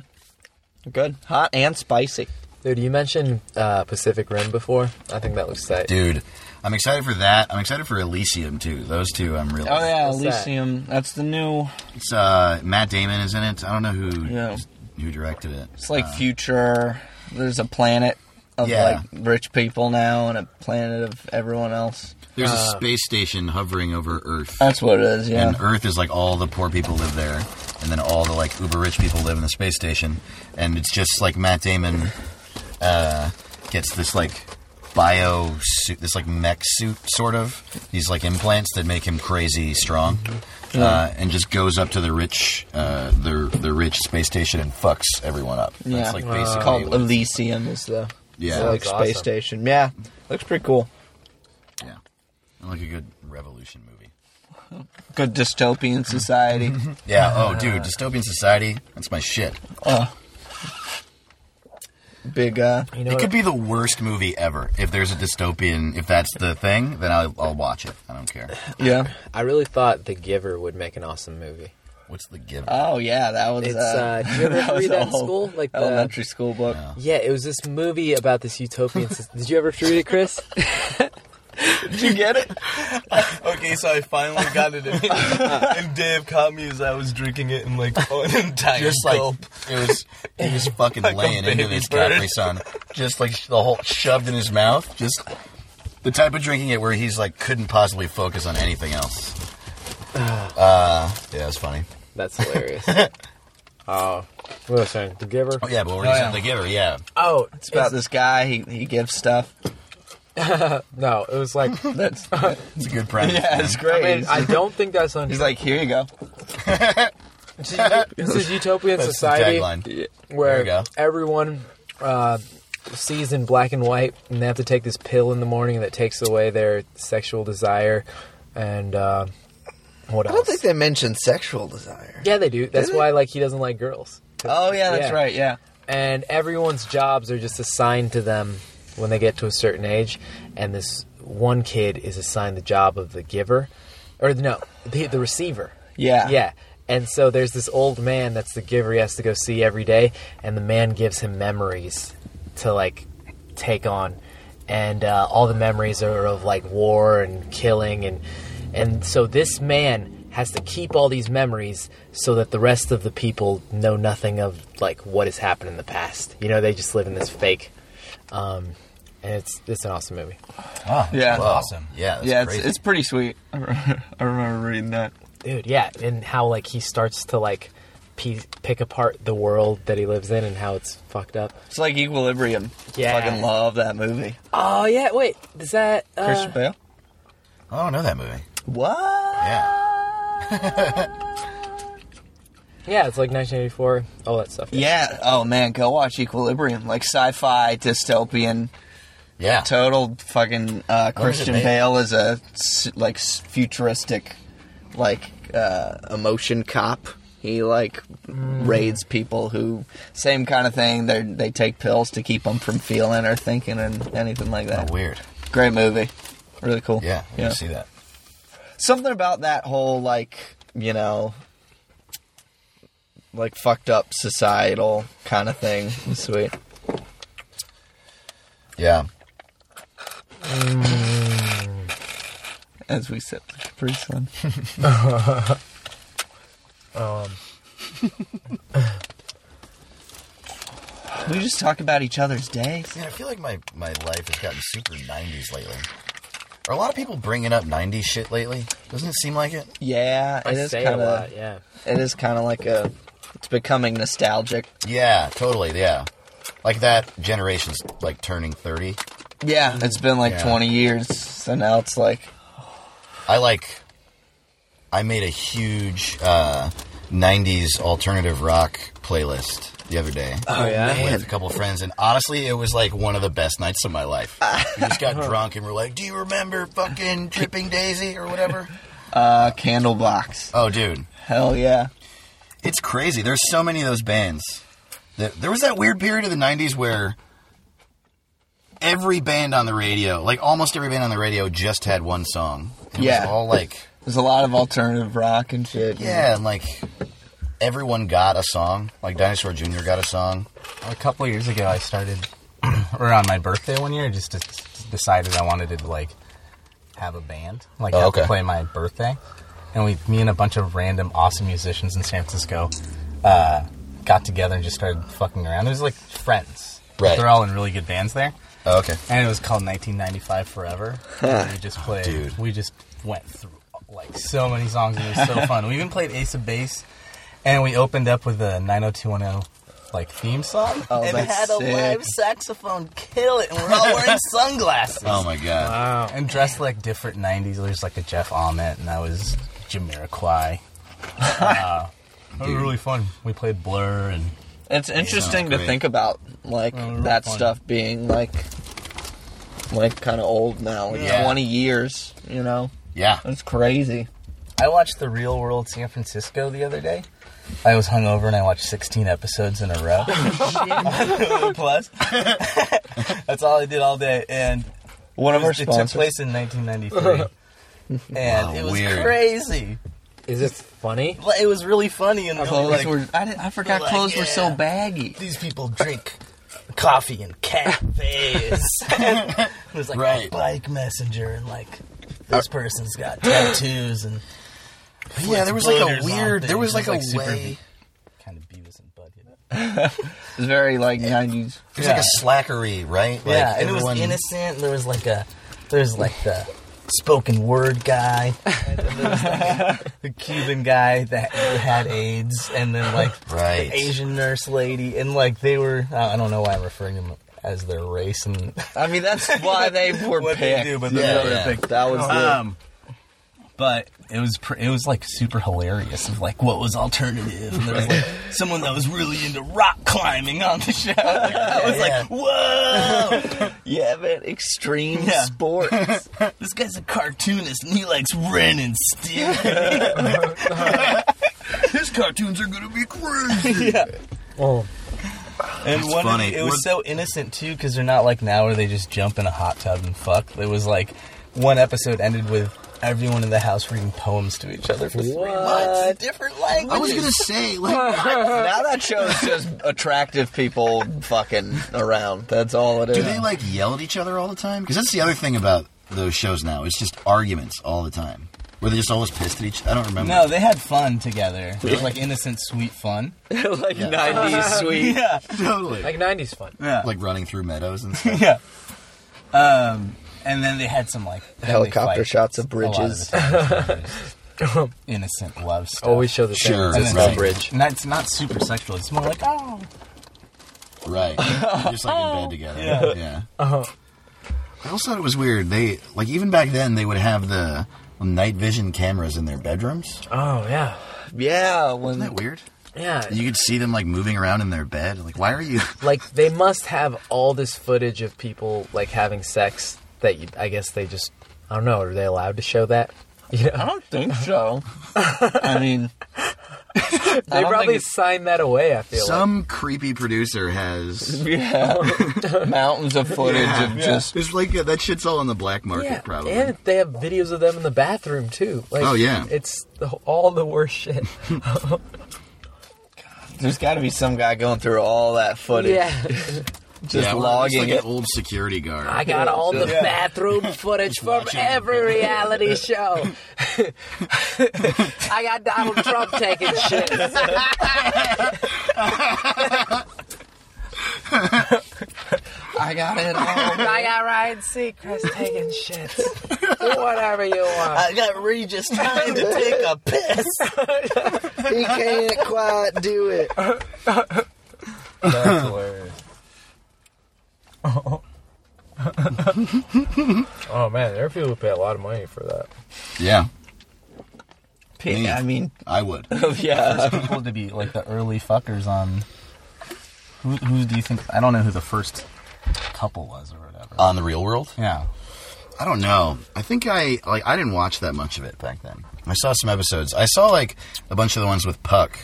Good. Hot and spicy. Dude, you mentioned uh, Pacific Rim before. I think that looks tight. Dude, I'm excited for that. I'm excited for Elysium too. Those two, I'm really. Oh yeah, What's that? Elysium. That's the new. It's uh, Matt Damon is in it. I don't know who Yeah. who directed it. It's like future. There's a planet of Yeah. like rich people now, and a planet of everyone else. There's a Uh, space station hovering over Earth. That's what it is. Yeah. And Earth is like all the poor people live there, and then all the like uber rich people live in the space station, and it's just like Matt Damon uh, gets this like bio suit, this like mech suit sort of these like implants that make him crazy strong, uh, and just goes up to the rich, uh, the the rich space station and fucks everyone up. yeah. That's like basically it's called what- Elysium. Is the yeah, the, like That's space awesome. station. Yeah. Looks pretty cool. yeah, like a good revolution movie. Good dystopian society. Yeah. Oh, dude, dystopian society. That's my shit. Big. uh You know it what? could be the worst movie ever. If there's a dystopian, if that's the thing, then I'll, I'll watch it. I don't care. Yeah. I really thought The Giver would make an awesome movie. What's the giver? Oh yeah, that was. It's, uh, uh, <laughs> did you ever was read that in a whole school? Like the- elementary school book. Yeah, it was this movie about this utopian. sys- Did you ever read <laughs> it, Chris? Did you get it? okay, so I finally got it, in. <laughs> and Dave caught me as I was drinking it in like an entire just like gulp. it was, <laughs> he was fucking a laying into baby this bird. Capri Sun, just like the whole shoved in his mouth. Just the type of drinking it where he's like couldn't possibly focus on anything <sighs> else. Uh, yeah, it's funny. That's hilarious. oh, what was I saying? The Giver. Oh yeah, but we're Oh, just yeah. the giver. Yeah, Oh, it's About this guy, he, he gives stuff. No, it was like. That's it's a <laughs> good premise. yeah, it's I great. mean, He's- I don't think that's on. he's like, here you go. this is utopian That's the society tagline. There we go. where everyone uh, sees in black and white, and they have to take this pill in the morning that takes away their sexual desire, and uh, what I else? don't think they mentioned sexual desire. yeah, they do. That's they? why, like, he doesn't like girls. Oh yeah, that's Yeah. right. Yeah, and everyone's jobs are just assigned to them when they get to a certain age and this one kid is assigned the job of the giver or no the, the receiver yeah, yeah and so there's this old man that's the giver he has to go see every day and the man gives him memories to like take on and uh, all the memories are of like war and killing and and so this man has to keep all these memories so that the rest of the people know nothing of like what has happened in the past you know they just live in this fake um, and it's it's an awesome movie Oh, Yeah. wow. Awesome. Yeah, that's yeah. It's, crazy. it's pretty sweet. <laughs> I remember reading that. dude yeah and how like he starts to like pe- pick apart the world that he lives in and how it's fucked up It's like Equilibrium. Yeah. fucking love that movie. oh yeah wait is that uh, Christian Bale. Oh, I don't know that movie. What? Yeah, yeah it's like 1984 all that stuff Yeah. Oh man, go watch Equilibrium. Like sci-fi dystopian. yeah. total fucking uh, Christian made? Bale is a s- like s- futuristic like uh, emotion cop. He like Hmm. raids people who same kind of thing. They they take pills to keep them from feeling or thinking and anything like Oh, that. weird. Great movie, really cool. Yeah, I yeah. can see that. Something about that whole like you know like fucked up societal kind of thing. was Sweet. Yeah. As we sip the Capri <laughs> Sun. we just talk about each other's days. Man, I feel like my, my life has gotten super 90s lately. Are a lot of people bringing up 90s shit lately? Doesn't it seem like it? Yeah, I it is say kind a lot of. yeah It is kind of like a. It's becoming nostalgic. Yeah, totally, yeah. Like that generation's like turning 30. Yeah, it's been like Yeah. 20 years, so now it's like I like. I made a huge uh, '90s alternative rock playlist the other day. Oh yeah, with a couple of friends, and honestly, it was like one of the best nights of my <laughs> life. we just got drunk and we're like, "Do you remember fucking Tripping Daisy or <laughs> whatever?" uh, Candlebox. Oh, dude, Hell yeah. it's crazy. There's so many of those bands. That, there was that weird period of the '90s where every band on the radio, like almost every band on the radio, just had one song. It was Yeah. all like. There's a lot of alternative rock and shit. Yeah, and like everyone got a song. Like Dinosaur Jr. got a song. A couple of years ago, I started, <clears throat> or on my birthday one year, I just d- decided I wanted to like have a band, like Oh, have to okay. play my birthday. And we, me and a bunch of random awesome musicians in San Francisco, uh, got together and just started fucking around. There's like friends, Right. They're all in really good bands there, Oh, okay. and it was called 1995 Forever. And we just played, dude. we just went through like so many songs. and It was so fun. We even played Ace of Base, and we opened up with a 90210 like theme song. Oh, and that's had a sick. live saxophone kill it, and we're all wearing sunglasses Oh my god. and dressed like different 90s. There's like a Jeff Ahmet, and I was Jamiroquai. Uh, it was really fun. We played Blur and It's interesting to great. think about like Oh, real that fun. stuff being like like kind of old now, like Yeah. 20 years, you know. Yeah. It's crazy. I watched The Real World San Francisco the other day. I was hungover and I watched 16 episodes in a row. <laughs> Plus, that's all I did all day. And One it, of our was, it took sponsors. place in <laughs> 1993. And Wow, it was weird. crazy. Is it funny? Like, It was really funny and really Clothes like were, I, didn't- I forgot like, clothes were so yeah. baggy. these people drink coffee in <laughs> cafes. it was like Right. Uh, a bike messenger and like this person's got tattoos and Yeah, there was like blunders a on weird. There things. was like It's a like super way. kind of Beavis and Butthead. It's very like 90s. There's like a slackery, right? Like yeah, and everyone- it was innocent. There was like a there was like the spoken word <laughs> guy, and then there was like the Cuban guy that had AIDS, and then like Right. the Asian nurse lady, and like they were. Uh, I don't know why I'm referring to them as their race and <laughs> I mean, that's why they were What picked. they do, but they're Yeah, not yeah. picked. That was the- Um, but it was pr- it was like super hilarious of like what was alternative, and there was like someone that was really into rock climbing on the show. <laughs> Like, I was like, whoa, yeah, man, extreme Yeah. <laughs> sports. this guy's a cartoonist and he likes Ren <laughs> and Stimpy. His cartoons are gonna be <laughs> crazy. yeah. Oh, And one, funny. it was so innocent too, because they're not like now where they just jump in a hot tub and fuck. It was like one episode ended with everyone in the house reading poems to each other for three months, in different languages. I was gonna say like now that show's just attractive people fucking around. That's all it is. Do they like yell at each other all the time? Because that's the other thing about those shows now. It's just arguments all the time. Where they just always pissed at each. I don't remember. No, they had fun together. It was like innocent, sweet fun. like 90s sweet. Yeah, <laughs> totally. Like, like '90s fun. yeah, running through meadows and stuff. yeah. Um, and then they had some like then they Helicopter fight shots of a lot bridges. <laughs> the time. innocent love <laughs> stuff. Always show the same Sure, And existence then right. it's- bridge. And that's not super sexual. It's more like oh, Right. They're just like in bed together. Yeah. I also thought it was weird. They like even back then they would have the night vision cameras in their bedrooms. Oh yeah, Yeah, Isn't that when weird? yeah. You could see them like moving around in their bed. Like, why are you? like they must have all this footage of people like having sex that you, I guess they just I don't know are they allowed to show that you I know don't think <laughs> so. I mean, they don't probably think it- signed that away I feel like Some creepy producer has. yeah, <laughs> mountains of footage <laughs> of just It's like uh, that shit's all on the black market, yeah probably. and they have videos of them in the bathroom too like Oh, yeah. it's the, all the <laughs> worst shit there's got to be some guy going through all that footage, yeah just Yeah, well, it's logging like it. an old security guard. I got all the <laughs> bathroom footage from watching. every <laughs> reality show <laughs> I got Donald Trump taking shit <laughs> I got it. All. I got Ryan Seacrest taking shit whatever you want I got Regis <laughs> trying to take a piss. He can't quite do it. <laughs> That's hilarious. oh man, there are people who pay a lot of money for that. Yeah. P- I mean, I would. Oh, yeah. <laughs> people to be like the early fuckers on. Who, who do you think? <laughs> I don't know who the first couple was or whatever. On the real world? yeah. I don't know. I think I like I didn't watch that much of it back then. I saw some episodes. I saw like a bunch of the ones with Puck.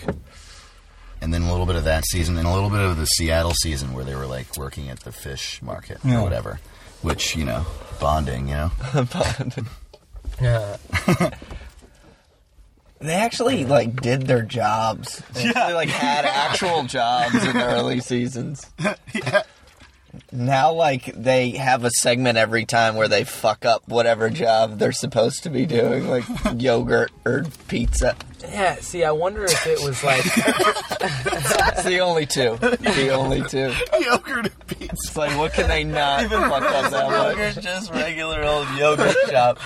And then a little bit of that season and a little bit of the Seattle season where they were like working at the fish market Yeah. or whatever. Which, you know, bonding, you <laughs> know. Yeah. They actually like did their jobs. They actually, like had <laughs> actual jobs in the early seasons. Now like they have a segment every time where they fuck up whatever job they're supposed to be doing, <laughs> like yogurt or pizza. Yeah, see, I wonder if it was like. It's the only two. The only two. Yogurt and pizza. It's like what can they not fuck up that much? Yogurt's just regular old yogurt shop.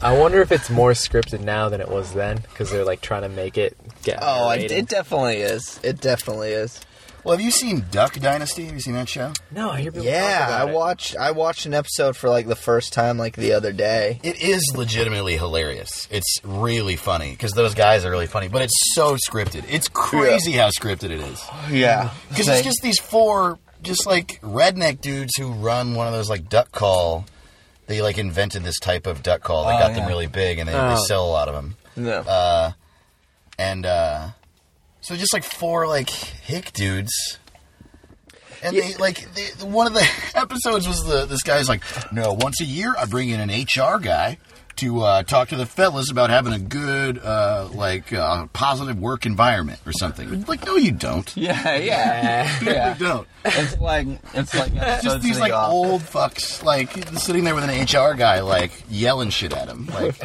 I wonder if it's more scripted now than it was then, because they're like trying to make it get. <laughs> Oh, I, rated. it definitely is. It definitely is. Well, have you seen Duck Dynasty? Have you seen that show? No, I hear people. Yeah, I talk <laughs> about it. watched. I watched an episode for like the first time, like the other day. It is legitimately hilarious. It's really funny because those guys are really funny, but it's so scripted. It's crazy how scripted it is. Yeah, Because it's <laughs> just these four, just like redneck dudes who run one of those like duck call. They like invented this type of duck call. They Oh, got yeah. them really big, and they, Oh. they sell a lot of them. no. Uh, And uh, so just like four like hick dudes. And they like they, one of the <laughs> episodes was the this guy's like, no, once a year I bring in an HR guy to uh, talk to the fellas about having a good uh, like uh, positive work environment or something. Like, no, you don't. yeah, yeah, <laughs> yeah. You don't. It's like it's like <laughs> just these like old fucks like sitting there with an HR guy like yelling shit at him. Like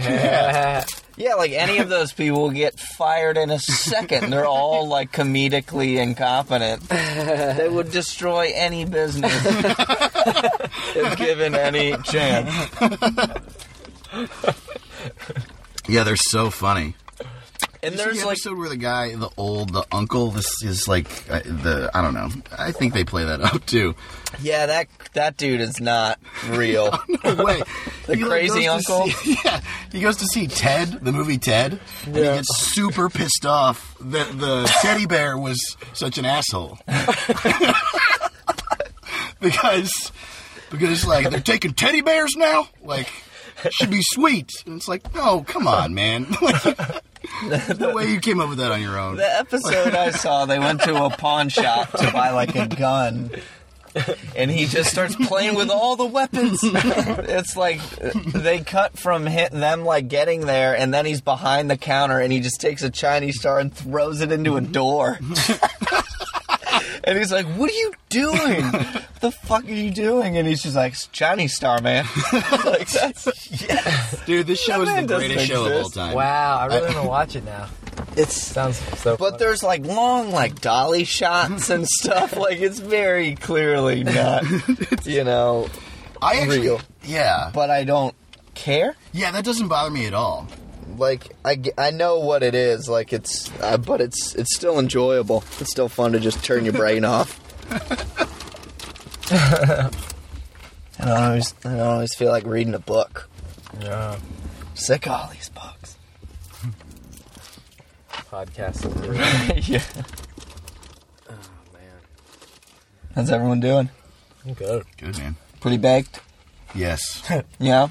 yeah, like any of those people get fired in a second. They're all like comedically incompetent. they would destroy any <laughs> business if given any chance. Yeah, they're so funny. And There's there's the like episode where the guy, the old, the uncle, this is like uh, the I don't know. I think they play that <laughs> up too. yeah, that that dude is not real. No way. <laughs> The He, like, crazy goes to uncle? see- <laughs> yeah, he goes to see Ted, the movie Ted, and he gets super pissed off that the teddy bear was such an asshole <laughs> because because like they're taking teddy bears now, like. Should be sweet, and it's like, no, come on, <laughs> man. <laughs> the way you came up with that on your own. The episode I saw, they went to a pawn shop to buy like a gun. And he just starts playing with all the weapons. It's like uh, they cut from hit them like getting there, and then he's behind the counter, and he just takes a Chinese star and throws it into a Mm-hmm. door. and he's like, "What are you doing? What the fuck are you doing?" And he's just like, "Chinese star, man." <laughs> like that's Dude, this show That is the man doesn't greatest show of all exist. time. Wow, I really want to watch it now. it's Sounds so. But there's like long like dolly shots <laughs> and stuff. like it's very clearly <laughs> not, you know. I actually, Real. yeah, But I don't care. yeah, that doesn't bother me at all. Like I, g- I know what it is. Like it's, uh, but it's it's still enjoyable. It's still fun to just turn your <laughs> brain off. I don't always I don't always feel like reading a book. Yeah. Sick of all these books. Podcast. <laughs> yeah. Oh, man. How's everyone doing? <laughs> Good. Good man. Pretty baked. <laughs> Yes. Yeah.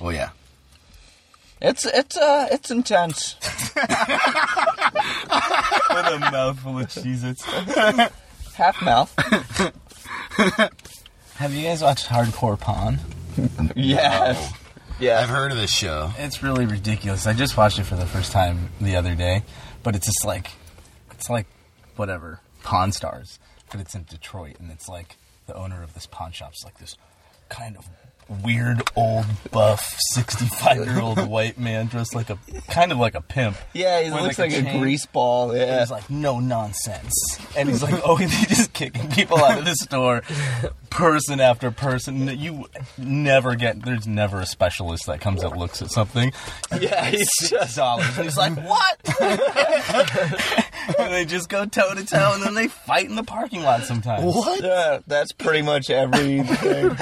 oh yeah. It's it's uh it's intense. What a mouthful of Cheez-Its. Half mouth. Have you guys watched Hardcore Pawn? Yes. Yeah. I've heard of this show. It's really ridiculous. I just watched it for the first time the other day, but it's just like, it's like, whatever, Pawn Stars, but it's in Detroit, and it's like the owner of this pawn shop's like this kind of weird old buff 65 year old white man dressed like a kind of like a pimp. Yeah, he With, looks like, like, a a, chain. grease ball. And Yeah. He's like, no nonsense. And he's like, oh, <laughs> they're just kicking people out of the store, person after person. You never get, there's never a specialist that comes and looks at something. yeah, he's Six dollars. And he's like, what? And they just go toe to toe, and then they fight in the parking lot sometimes. Yeah, that's pretty much everything.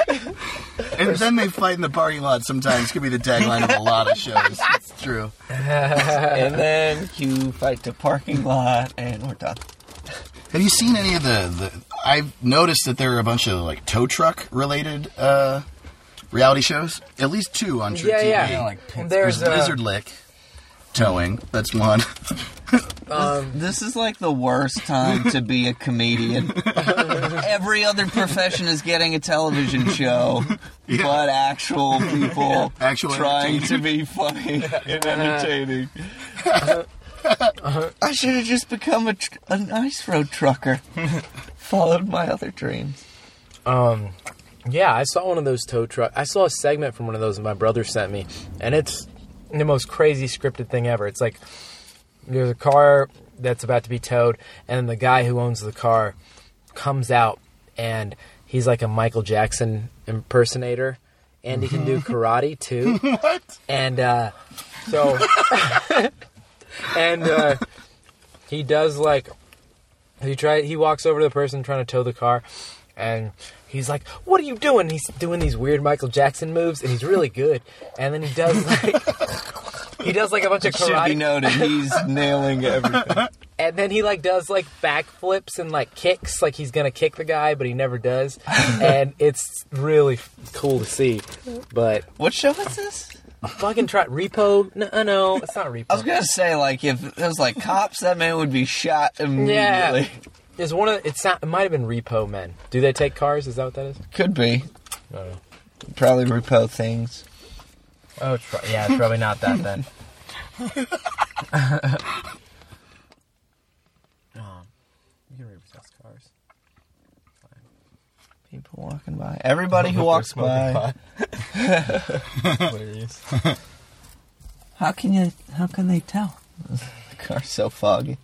And then they fight in the parking lot sometimes. Could be the tagline of a lot of <laughs> shows. It's true. and <laughs> then you fight the parking lot, and we're done. Have you seen any of the? the I've noticed that there are a bunch of like tow truck related uh, reality shows. At least two on True Yeah, TV. yeah. Like, There's a, Lizard Lick towing. That's one. um, This is like the worst time to be a comedian. Every other profession is getting a television show, but actual people Actual trying to be funny and entertaining. I should have just become a tr- an ice road trucker. Followed my other dreams. um, yeah, I saw one of those tow truck. I saw a segment from one of those that my brother sent me, and it's the most crazy scripted thing ever. It's like there's a car that's about to be towed, and the guy who owns the car comes out, and he's like a Michael Jackson impersonator, and he can do karate too. what? And uh, so, <laughs> and uh, he does like he try he walks over to the person trying to tow the car, and he's like, "What are you doing?" He's doing these weird Michael Jackson moves, and he's really good. And then he does like. He does like <laughs> a bunch of Should be karate noted, he's nailing everything. and then he like does like backflips and like kicks, like he's gonna kick the guy, but he never <laughs> does. and it's really f- cool to see. But What show is this? fucking try repo? No, no, it's not repo. I was gonna say, like, if it was like cops, that man would be shot immediately. yeah, there's one of the- it's not. It might have been Repo Men. Do they take cars? Is that what that is? Could be. Probably repo things. Oh, it's pro- yeah, it's probably not that <laughs> then. People walking by. <laughs> Everybody who walks by. <laughs> How can you? How can they tell? <laughs> the car's so foggy.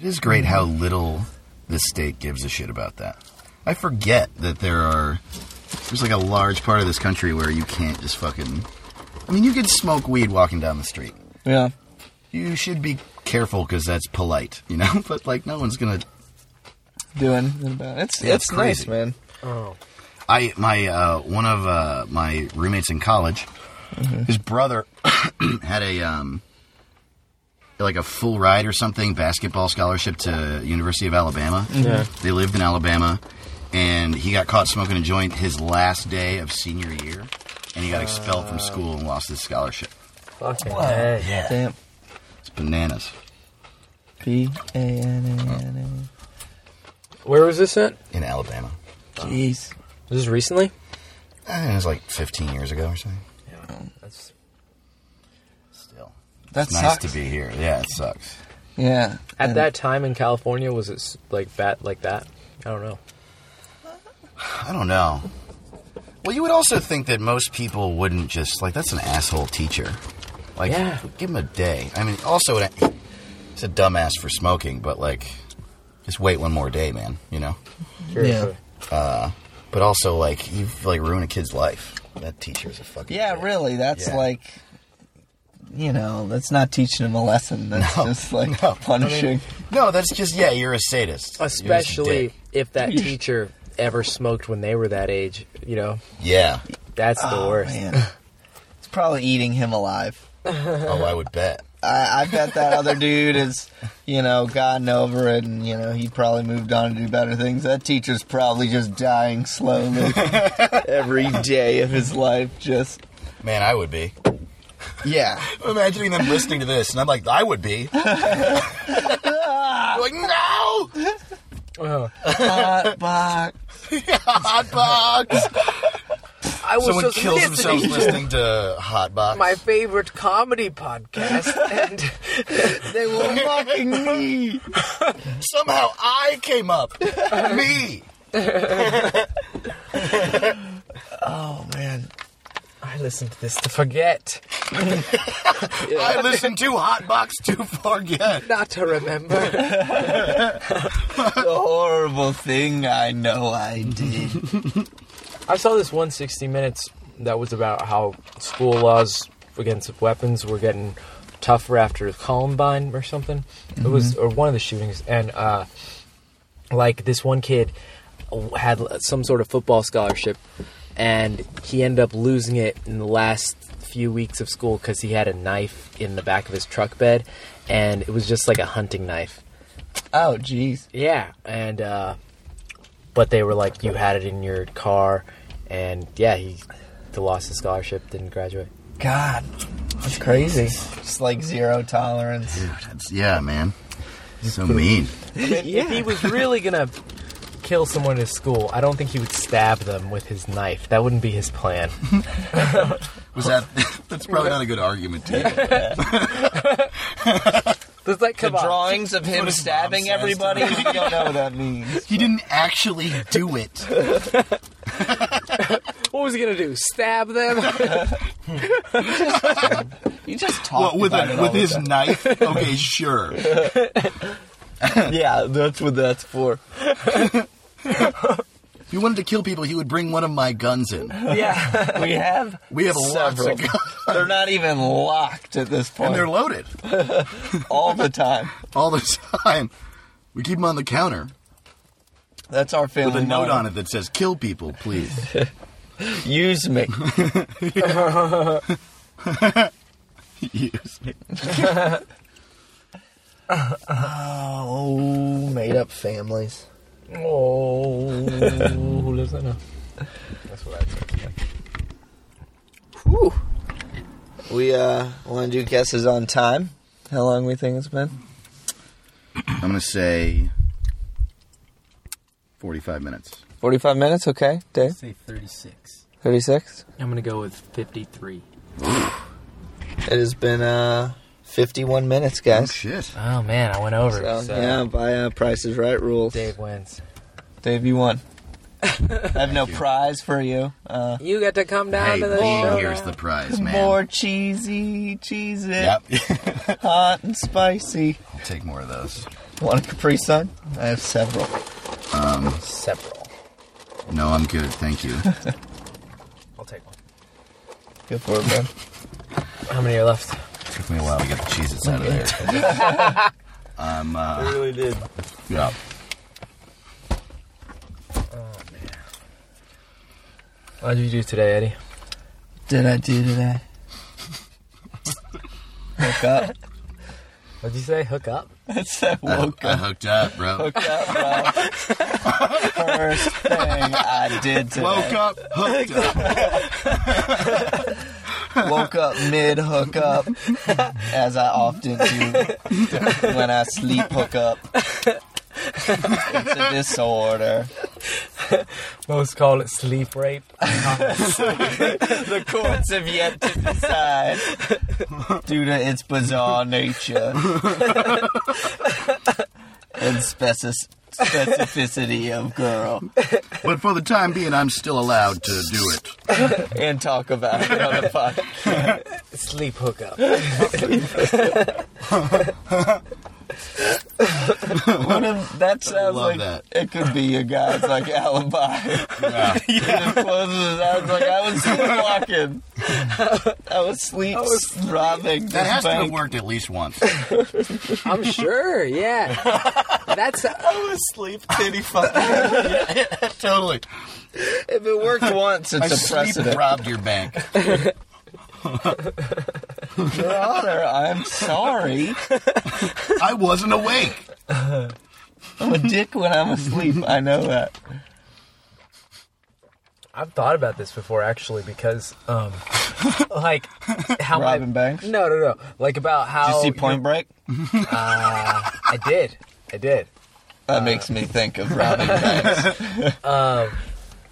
It is great how little the state gives a shit about that. I forget that there are there's like a large part of this country where you can't just fucking. I mean, you could smoke weed walking down the street. Yeah. You should be careful because that's polite, you know. <laughs> But like, no one's gonna. Doing anything about it. It's Yeah, it's it's crazy. nice, man. Oh, I my uh, one of uh, my roommates in college, his brother <coughs> had a um, like a full ride or something basketball scholarship to University of Alabama. Yeah. They lived in Alabama, and he got caught smoking a joint his last day of senior year, and he got expelled from school and lost his scholarship. fucking hey. Damn. It's bananas. B A N A N Where was this at? In Alabama, A. Jeez. Was this recently? Eh, it was like 15 years ago or something. That's Still, That it's nice sucks. to be here. Yeah, it sucks. Yeah. at And that time in California. Was it s- like bat like that? I don't know. I don't know. Well, you would also think that most people wouldn't just like that's an asshole teacher. Like, Yeah. give him a day. I mean, also it's a dumbass for smoking, but like, just wait one more day, man. You know. Seriously. But also, like, you've like ruined a kid's life. That teacher is a fucking. Yeah, dick. really. That's Yeah. like. You know, that's not teaching them a lesson. <laughs> That's just like punishing. No, that's just yeah. You're a sadist. You're just a especially dick. if that teacher ever smoked when they were that age you know yeah. that's the worst Man, it's probably eating him alive. Oh, I would bet. I, I bet that other dude has, you know, gotten over it, and you know he probably moved on to do better things. That teacher's probably just dying slowly <laughs> every day of his life. Just Man, I would be. yeah, I'm imagining them listening to this, and I'm like, I would be. <laughs> You're like, no, <laughs> Oh. hot box. hot box. i was Someone just kills listening themselves to listening to Hotbox. my favorite comedy podcast <laughs> and They were mocking me. Somehow I came up. Me. Oh man, i listened to this to forget I listened to Hotbox to forget. not to remember the horrible thing I know I did. i saw this 160 minutes that was about how school laws against weapons were getting tougher after Columbine or something. It was or one of the shootings, and uh, like this one kid had some sort of football scholarship, and he ended up losing it in the last few weeks of school because he had a knife in the back of his truck bed, and it was just like a hunting knife. Oh, jeez. Yeah, and uh, but they were like, you had it in your car, and yeah, he lost his scholarship, didn't graduate. God, that's crazy. Just like zero tolerance. That's, yeah, man. So mean. If he was really gonna kill someone at school, I don't think he would stab them with his knife. That wouldn't be his plan. Was that? <laughs> That's probably not a good argument. To you. Does that come on? Drawings of him stabbing everybody. you don't know what that means. He didn't actually do it. What was he gonna do? Stab them? You just talk What, with about a, it all with the his time. knife? <laughs> Okay, sure. Yeah, that's what that's for. If he wanted to kill people, he would bring one of my guns in. Yeah, we have. We have lots of several. guns. They're not even locked at this point. And they're loaded all the time. all the <laughs> time. We keep them on the counter That's our family. with a note motto. on it that says, kill people, please. <laughs> Use me. Use it. <laughs> Oh, made up families. oh, who lives that now? That's what I think. Whew. We uh, Want to do guesses on time? How long we think it's been? I'm going to say 45 minutes. 45 minutes, okay. Dave? Say 36. 36? I'm gonna go with 53. It has been uh, 51 minutes, guys. Shit. Oh man, I went over. So, so yeah, by uh, Price is Right rules. Dave wins. Dave, you <laughs> won. I have no prize for you. Uh, You get to come down Hey, to the being show. here's the prize, man. More cheesy, cheese it, <laughs> Yep. hot and spicy. I'll take more of those. Want a Capri Sun? I have several. Several. No, I'm good. Thank you. I'll take one. Go for it, man. How many are left? Took me a while to get the cheeses out of there. <laughs> I'm, uh, really did. yeah. What did you do today, Eddie? <laughs> Did I do today? Woke up. What'd you say? Hook up? That's that woke I up hooked up, bro. first thing I did today. Woke up, hooked up. woke up mid <laughs> hookup, as I often do when I sleep hookup. It's a disorder. Most call it sleep rape. The courts have yet to decide due to its bizarre nature and speci- specificity of girl. But for the time being, I'm still allowed to do it. And talk about it on the pod. sleep hookup. What if that sounds love like that. it could be a guy's like alibi? <laughs> Yeah. yeah. closes his eyes like I was sleepwalking. I was sleep robbing That this has to have bank. worked at least once. <laughs> I'm sure, yeah. <laughs> That's Sleep titty fucking. totally. If it worked once, I it's a sleep precedent. robbed your bank. Your Honor, I'm sorry. I wasn't awake. I'm a dick when I'm asleep. I know <laughs> that. I've thought about this before actually because um <laughs> like how my Robin Banks. No, no, no. Like about how you see Point Break? I did. I did. That makes me think of Robin Banks.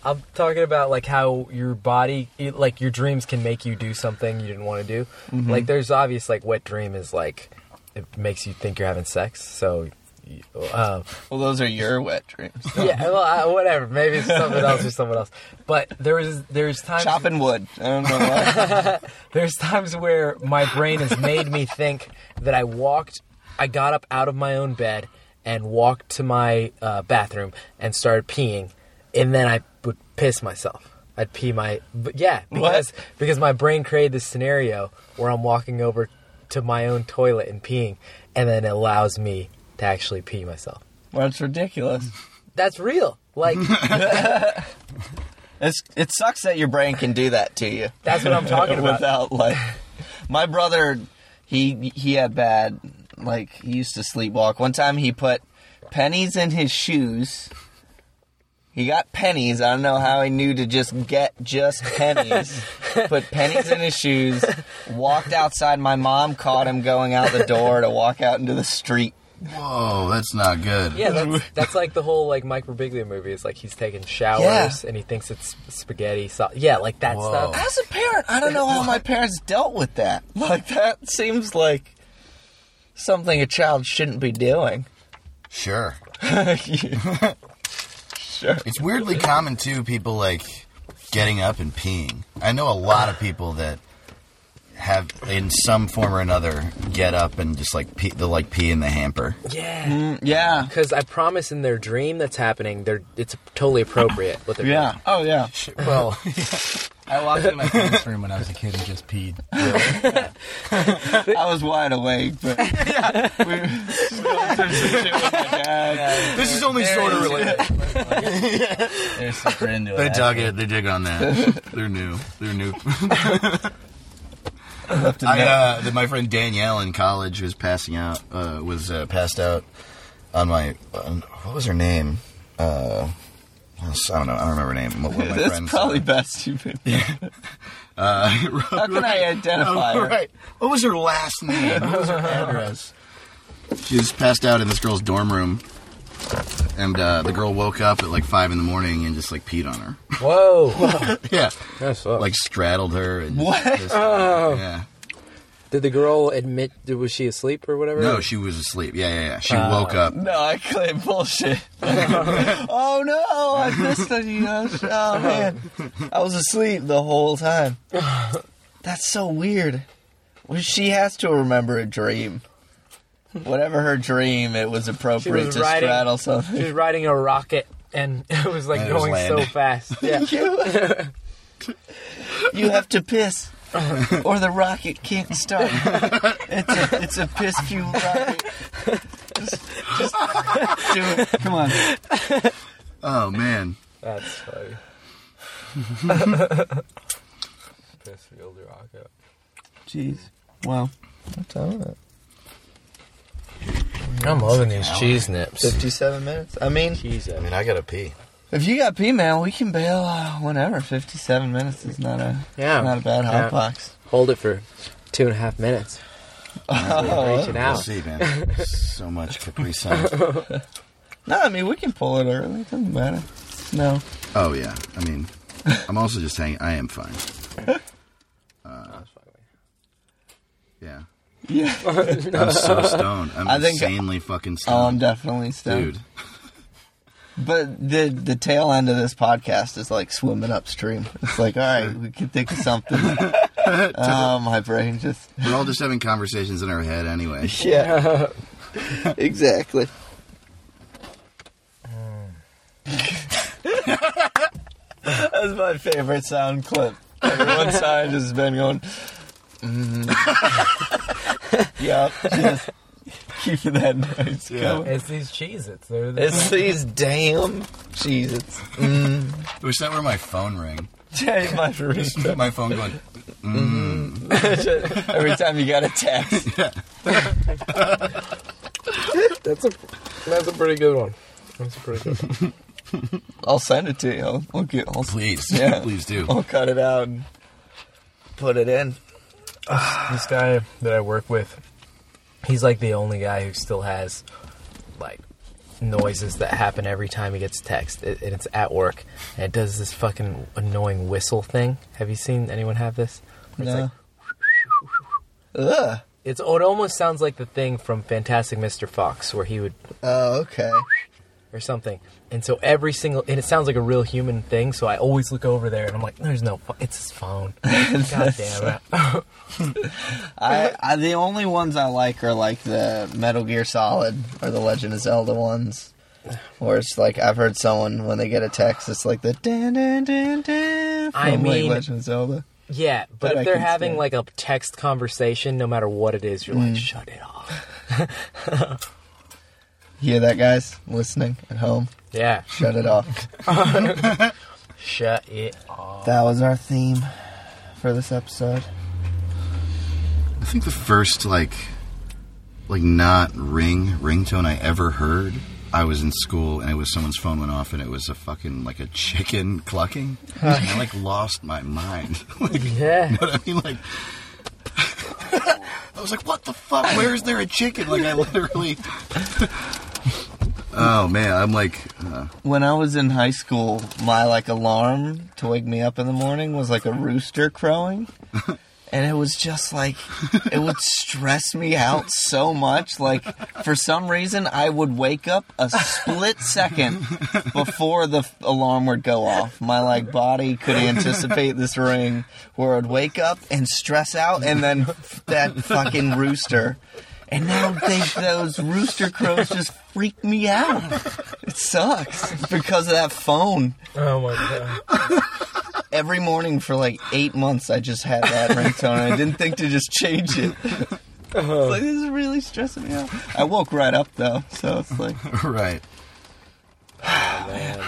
I'm talking about like how your body, it- like your dreams, can make you do something you didn't want to do. Mm-hmm. Like there's obvious like wet dream is like it makes you think you're having sex. So you- um, Well, those are your wet dreams. <laughs> yeah, well, I, whatever. Maybe it's someone else or someone else. But there was there's times Chopping wood. I don't know why. there's times where my brain has made me think that I walked, I got up out of my own bed and walked to my uh, bathroom and started peeing, and then I would piss myself. I'd pee my, but yeah, because because my brain created this scenario where I'm walking over to my own toilet and peeing, and then it allows me to actually pee myself. Well, it's ridiculous. That's real. Like It's, it sucks that your brain can do that to you. That's what I'm talking about. Without like, my brother, he he had bad. Like he used to sleepwalk. One time he put pennies in his shoes. He got pennies. I don't know how he knew to just get just <laughs> pennies. put pennies in his shoes. Walked outside. My mom caught him going out the door to walk out into the street. Whoa, Oh, that's not good. yeah, that's, <laughs> that's like the whole like Mike Birbiglia movie. It's like he's taking showers Yeah. and he thinks it's spaghetti sauce. Yeah, like that Whoa. stuff. As a parent, I don't know how my parents dealt with that. Like that seems like something a child shouldn't be doing. Sure. Yeah. It's weirdly common too. People like getting up and peeing. I know a lot of people that have, in some form or another, get up and just like pee. They'll like pee in the hamper. Yeah, yeah. because I promise in their dream that's happening, they're it's totally appropriate. What they're doing. Yeah. Oh yeah. Well, I walked in my parents' room when I was a kid and just peed. <laughs> I was wide awake, but we were going through some shit with my dad. This is only sort of related. They're super into it. They dug it. They dig <laughs> on that. They're new. They're new. I, uh, th- my friend Danielle in college who was passing out uh, was uh, passed out on my on, what was her name? Uh, I don't know. I don't remember her name. What, what my <laughs> That's friends- probably best you Uh, could. <laughs> How can I identify Oh, her? right. What was her last name? What <laughs> was her address? She was passed out in this girl's dorm room, and uh, the girl woke up at like five in the morning and just like peed on her. <laughs> <laughs> <laughs> Whoa. yeah, That's up. like straddled her. And just- Oh. What? just- yeah. Did the girl admit? Was she asleep or whatever? No, she was asleep. Yeah, yeah, yeah. She Uh, woke up. No, I claim <laughs> bullshit. oh no, I missed it. You know? Oh man, I was asleep the whole time. That's so weird. Well, she has to remember a dream. Whatever her dream, it was appropriate to riding- straddle she something. was riding a rocket, and <laughs> it was like And it was going so landing. <laughs> fast. Yeah. <laughs> you, you have to piss, or the rocket can't start. It's a, it's a piss fuel rocket. Just, just do it. Come on. Oh man. That's <laughs> funny. Best field rocket. Jeez. Wow. What's all that? I'm loving these cheese nips. 57 minutes. I mean, Cheese I mean, I gotta pee. if you got P man, we can bail uh, whenever. 57 minutes is not a Yeah. not a bad hot Yeah. box. Hold it for two and a half minutes. Oh. Reaching We'll out. see, man. <laughs> so much Capri Sun. No, I mean we can pull it early. It doesn't matter. No. Oh yeah. I mean, I'm also just saying I am fine. <laughs> Uh, Yeah. Yeah. <laughs> I'm so stoned. <laughs> I'm I think- insanely fucking Oh, I'm stoned, definitely stoned. dude. But the the tail end of this podcast is like swimming upstream. It's like, all right, we can think of something. oh, my brain just We're all just having conversations in our <laughs> head anyway. yeah. exactly. <laughs> That's my favorite sound clip. Everyone side has been going. <laughs> Mm. yep. Just keeping that noise <laughs> going. It's these cheese its. They're the It's these damn Jesus. Wish that were my phone ring. Tell you my barista. My phone going. Every time you got a text. that's a that's a pretty good one. That's a pretty good one. I'll send it to you. I'll, I'll get. I'll, Please, Yeah. Oh, please do. I'll cut it out and put it in. this guy that I work with, he's like the only guy who still has like noises that happen every time he gets text, it, and it's at work, and it does this fucking annoying whistle thing. Have you seen anyone have this? Where It's like, Ugh. it's oh, it almost sounds like the thing from Fantastic Mr. Fox, where he would Oh, okay. or something. And so every single, and it sounds like a real human thing. So I always look over there, and I'm like, "There's no, fu- it's his <laughs> phone." God damn <laughs> it! I, I the only ones I like are like the Metal Gear Solid or the Legend of Zelda ones. Or it's like I've heard someone when they get a text, it's like the dan dan dan dan. I from, like, mean- Legend of Zelda. Yeah, but That I if they're can having stand. like a text conversation, no matter what it is, you're like, shut it off. You hear that, guys? Listening at home? Yeah, Shut it <laughs> off. shut it off. <laughs> that was our theme for this episode. I think the first like like not ring ringtone I ever heard. I was in school and it was someone's phone went off and it was a fucking like a chicken <laughs> clucking. and I like lost my mind. <laughs> like, Yeah. <laughs> you know what I mean? Like <laughs> I was like, what the fuck? Where is there a chicken? Like I literally. <laughs> oh man, I'm like, uh, When I was in high school, my like alarm to wake me up in the morning was like a rooster crowing. And it was just like it would stress me out so much. Like for some reason, I would wake up a split second before the f- alarm would go off. My like body could anticipate this ring, where I'd wake up and stress out, and then f- that fucking rooster. And now they, those rooster crows just freak me out. It sucks <laughs> because of that phone. Oh my god. Every morning for like eight months, I just had that ringtone. and I didn't think to just change it. It's like this is really stressing me out. I woke right up though, so it's like <laughs> right. Man.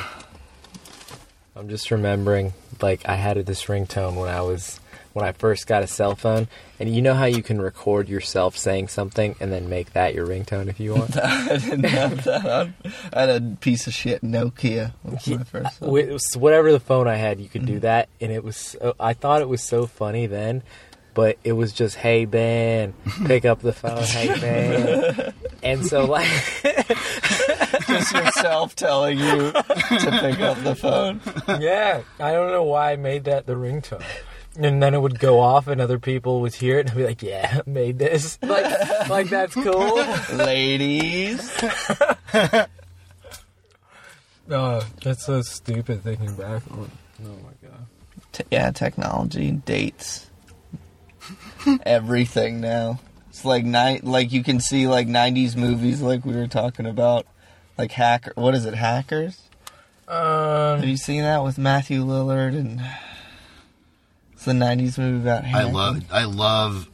I'm just remembering, like, I had this ringtone when I was when I first got a cell phone, and you know how you can record yourself saying something and then make that your ringtone if you want. I didn't have that on. I had a piece of shit Nokia. That's my first. one. Wi- s- whatever the phone I had, you could do that, and it was. So, I thought it was so funny then, but it was just, "Hey <laughs> Ben, pick up the phone, <laughs> hey Ben," and so like, <laughs> Just yourself telling you to pick up the phone. yeah, I don't know why I made that the ringtone. And then it would go off, and other people would hear it, and I'd be like, "Yeah, <laughs> I made this. Like, like that's cool." Ladies, Oh, that's so stupid thinking back. on Oh my god. T- yeah, technology, dates, everything now. It's like night, like you can see like '90s movies, like we were talking about, like hacker. What is it, hackers? Have you seen that with Matthew Lillard and? It's the '90s movie about. I hackers. love, I love.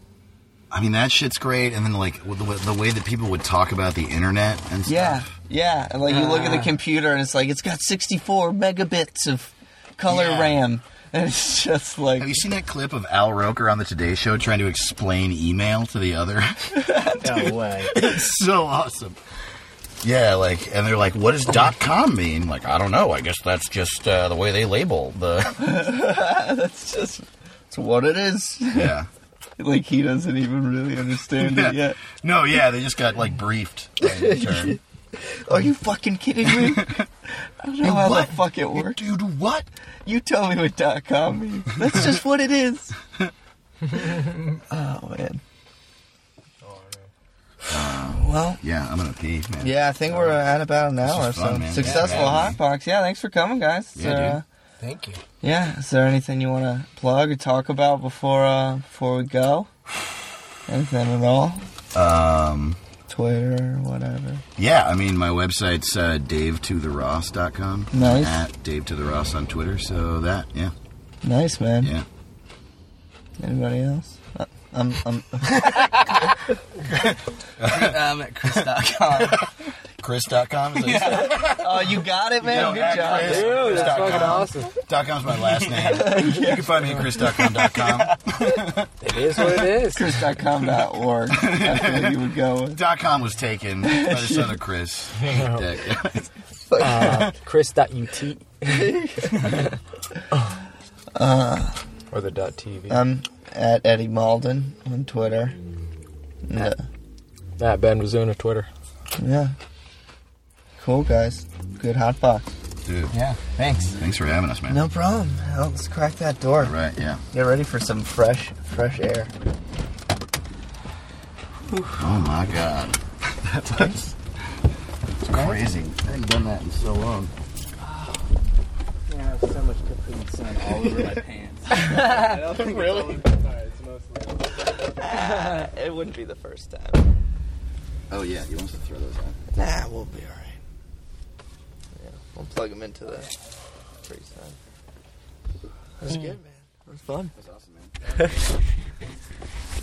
I mean, that shit's great. And then like the, the way that people would talk about the internet and stuff. Yeah, yeah. And like you look at the computer and it's like it's got 64 megabits of color Yeah. RAM, <laughs> and it's just like Have you seen that clip of Al Roker on the Today Show trying to explain email to the other? <laughs> No way. it's so awesome. Yeah, like, and they're like, "What does dot com mean?" Like, I don't know. I guess that's just uh, the way they label the. that's just it's what it is. Yeah. like he doesn't even really understand it yet. No, yeah, they just got like briefed. by the term. Are you fucking kidding <laughs> me? I don't know how what? the fuck it works. Dude, what? You tell me what dot com means. That's just what it <laughs> is. oh man. Oh, Well, Yeah, I'm gonna pee, man. Yeah, I think we're at about an hour or was fun, so. man. Successful Yeah, man. hot box. Yeah, thanks for coming, guys. Uh, Yeah, dude. Thank you. yeah, is there anything you want to plug or talk about before uh, before we go? Anything at all? Um, Twitter, whatever. yeah, I mean, my website's uh, davetotheross.com. Nice. At davetotheross on Twitter. So that, yeah, Nice man. yeah. Anybody else? Uh, I'm, I'm I'm at chris.com. Chris.com <laughs> is yeah. oh, you got it, man. Good at job. Chris. Dude, that's Dot fucking com. awesome. Dot com's my <laughs> last name. You can find me at chris.com.com. It is what it is. Chris.com.org. That's what you would go with. Dot com was taken by <laughs> the son of Chris. Yeah. Chris.ut. <laughs> or the dot TV. I'm at Eddie Malden on Twitter. And, uh, Matt Ben was doing a Twitter. yeah. Cool guys. Good hot box. <laughs> Dude, Yeah, thanks. thanks for having us, man. No problem. Well, Let's crack that door. Right, yeah. Get ready for some fresh, fresh air. Oh my god. <laughs> that was it's crazy. I haven't done that in so long. All over my pants. It wouldn't be the first time. Oh yeah, you want us to throw those out? Nah, we'll be alright. Yeah, we'll plug him into the freeze time. That's good, man. It was fun. That's awesome, man.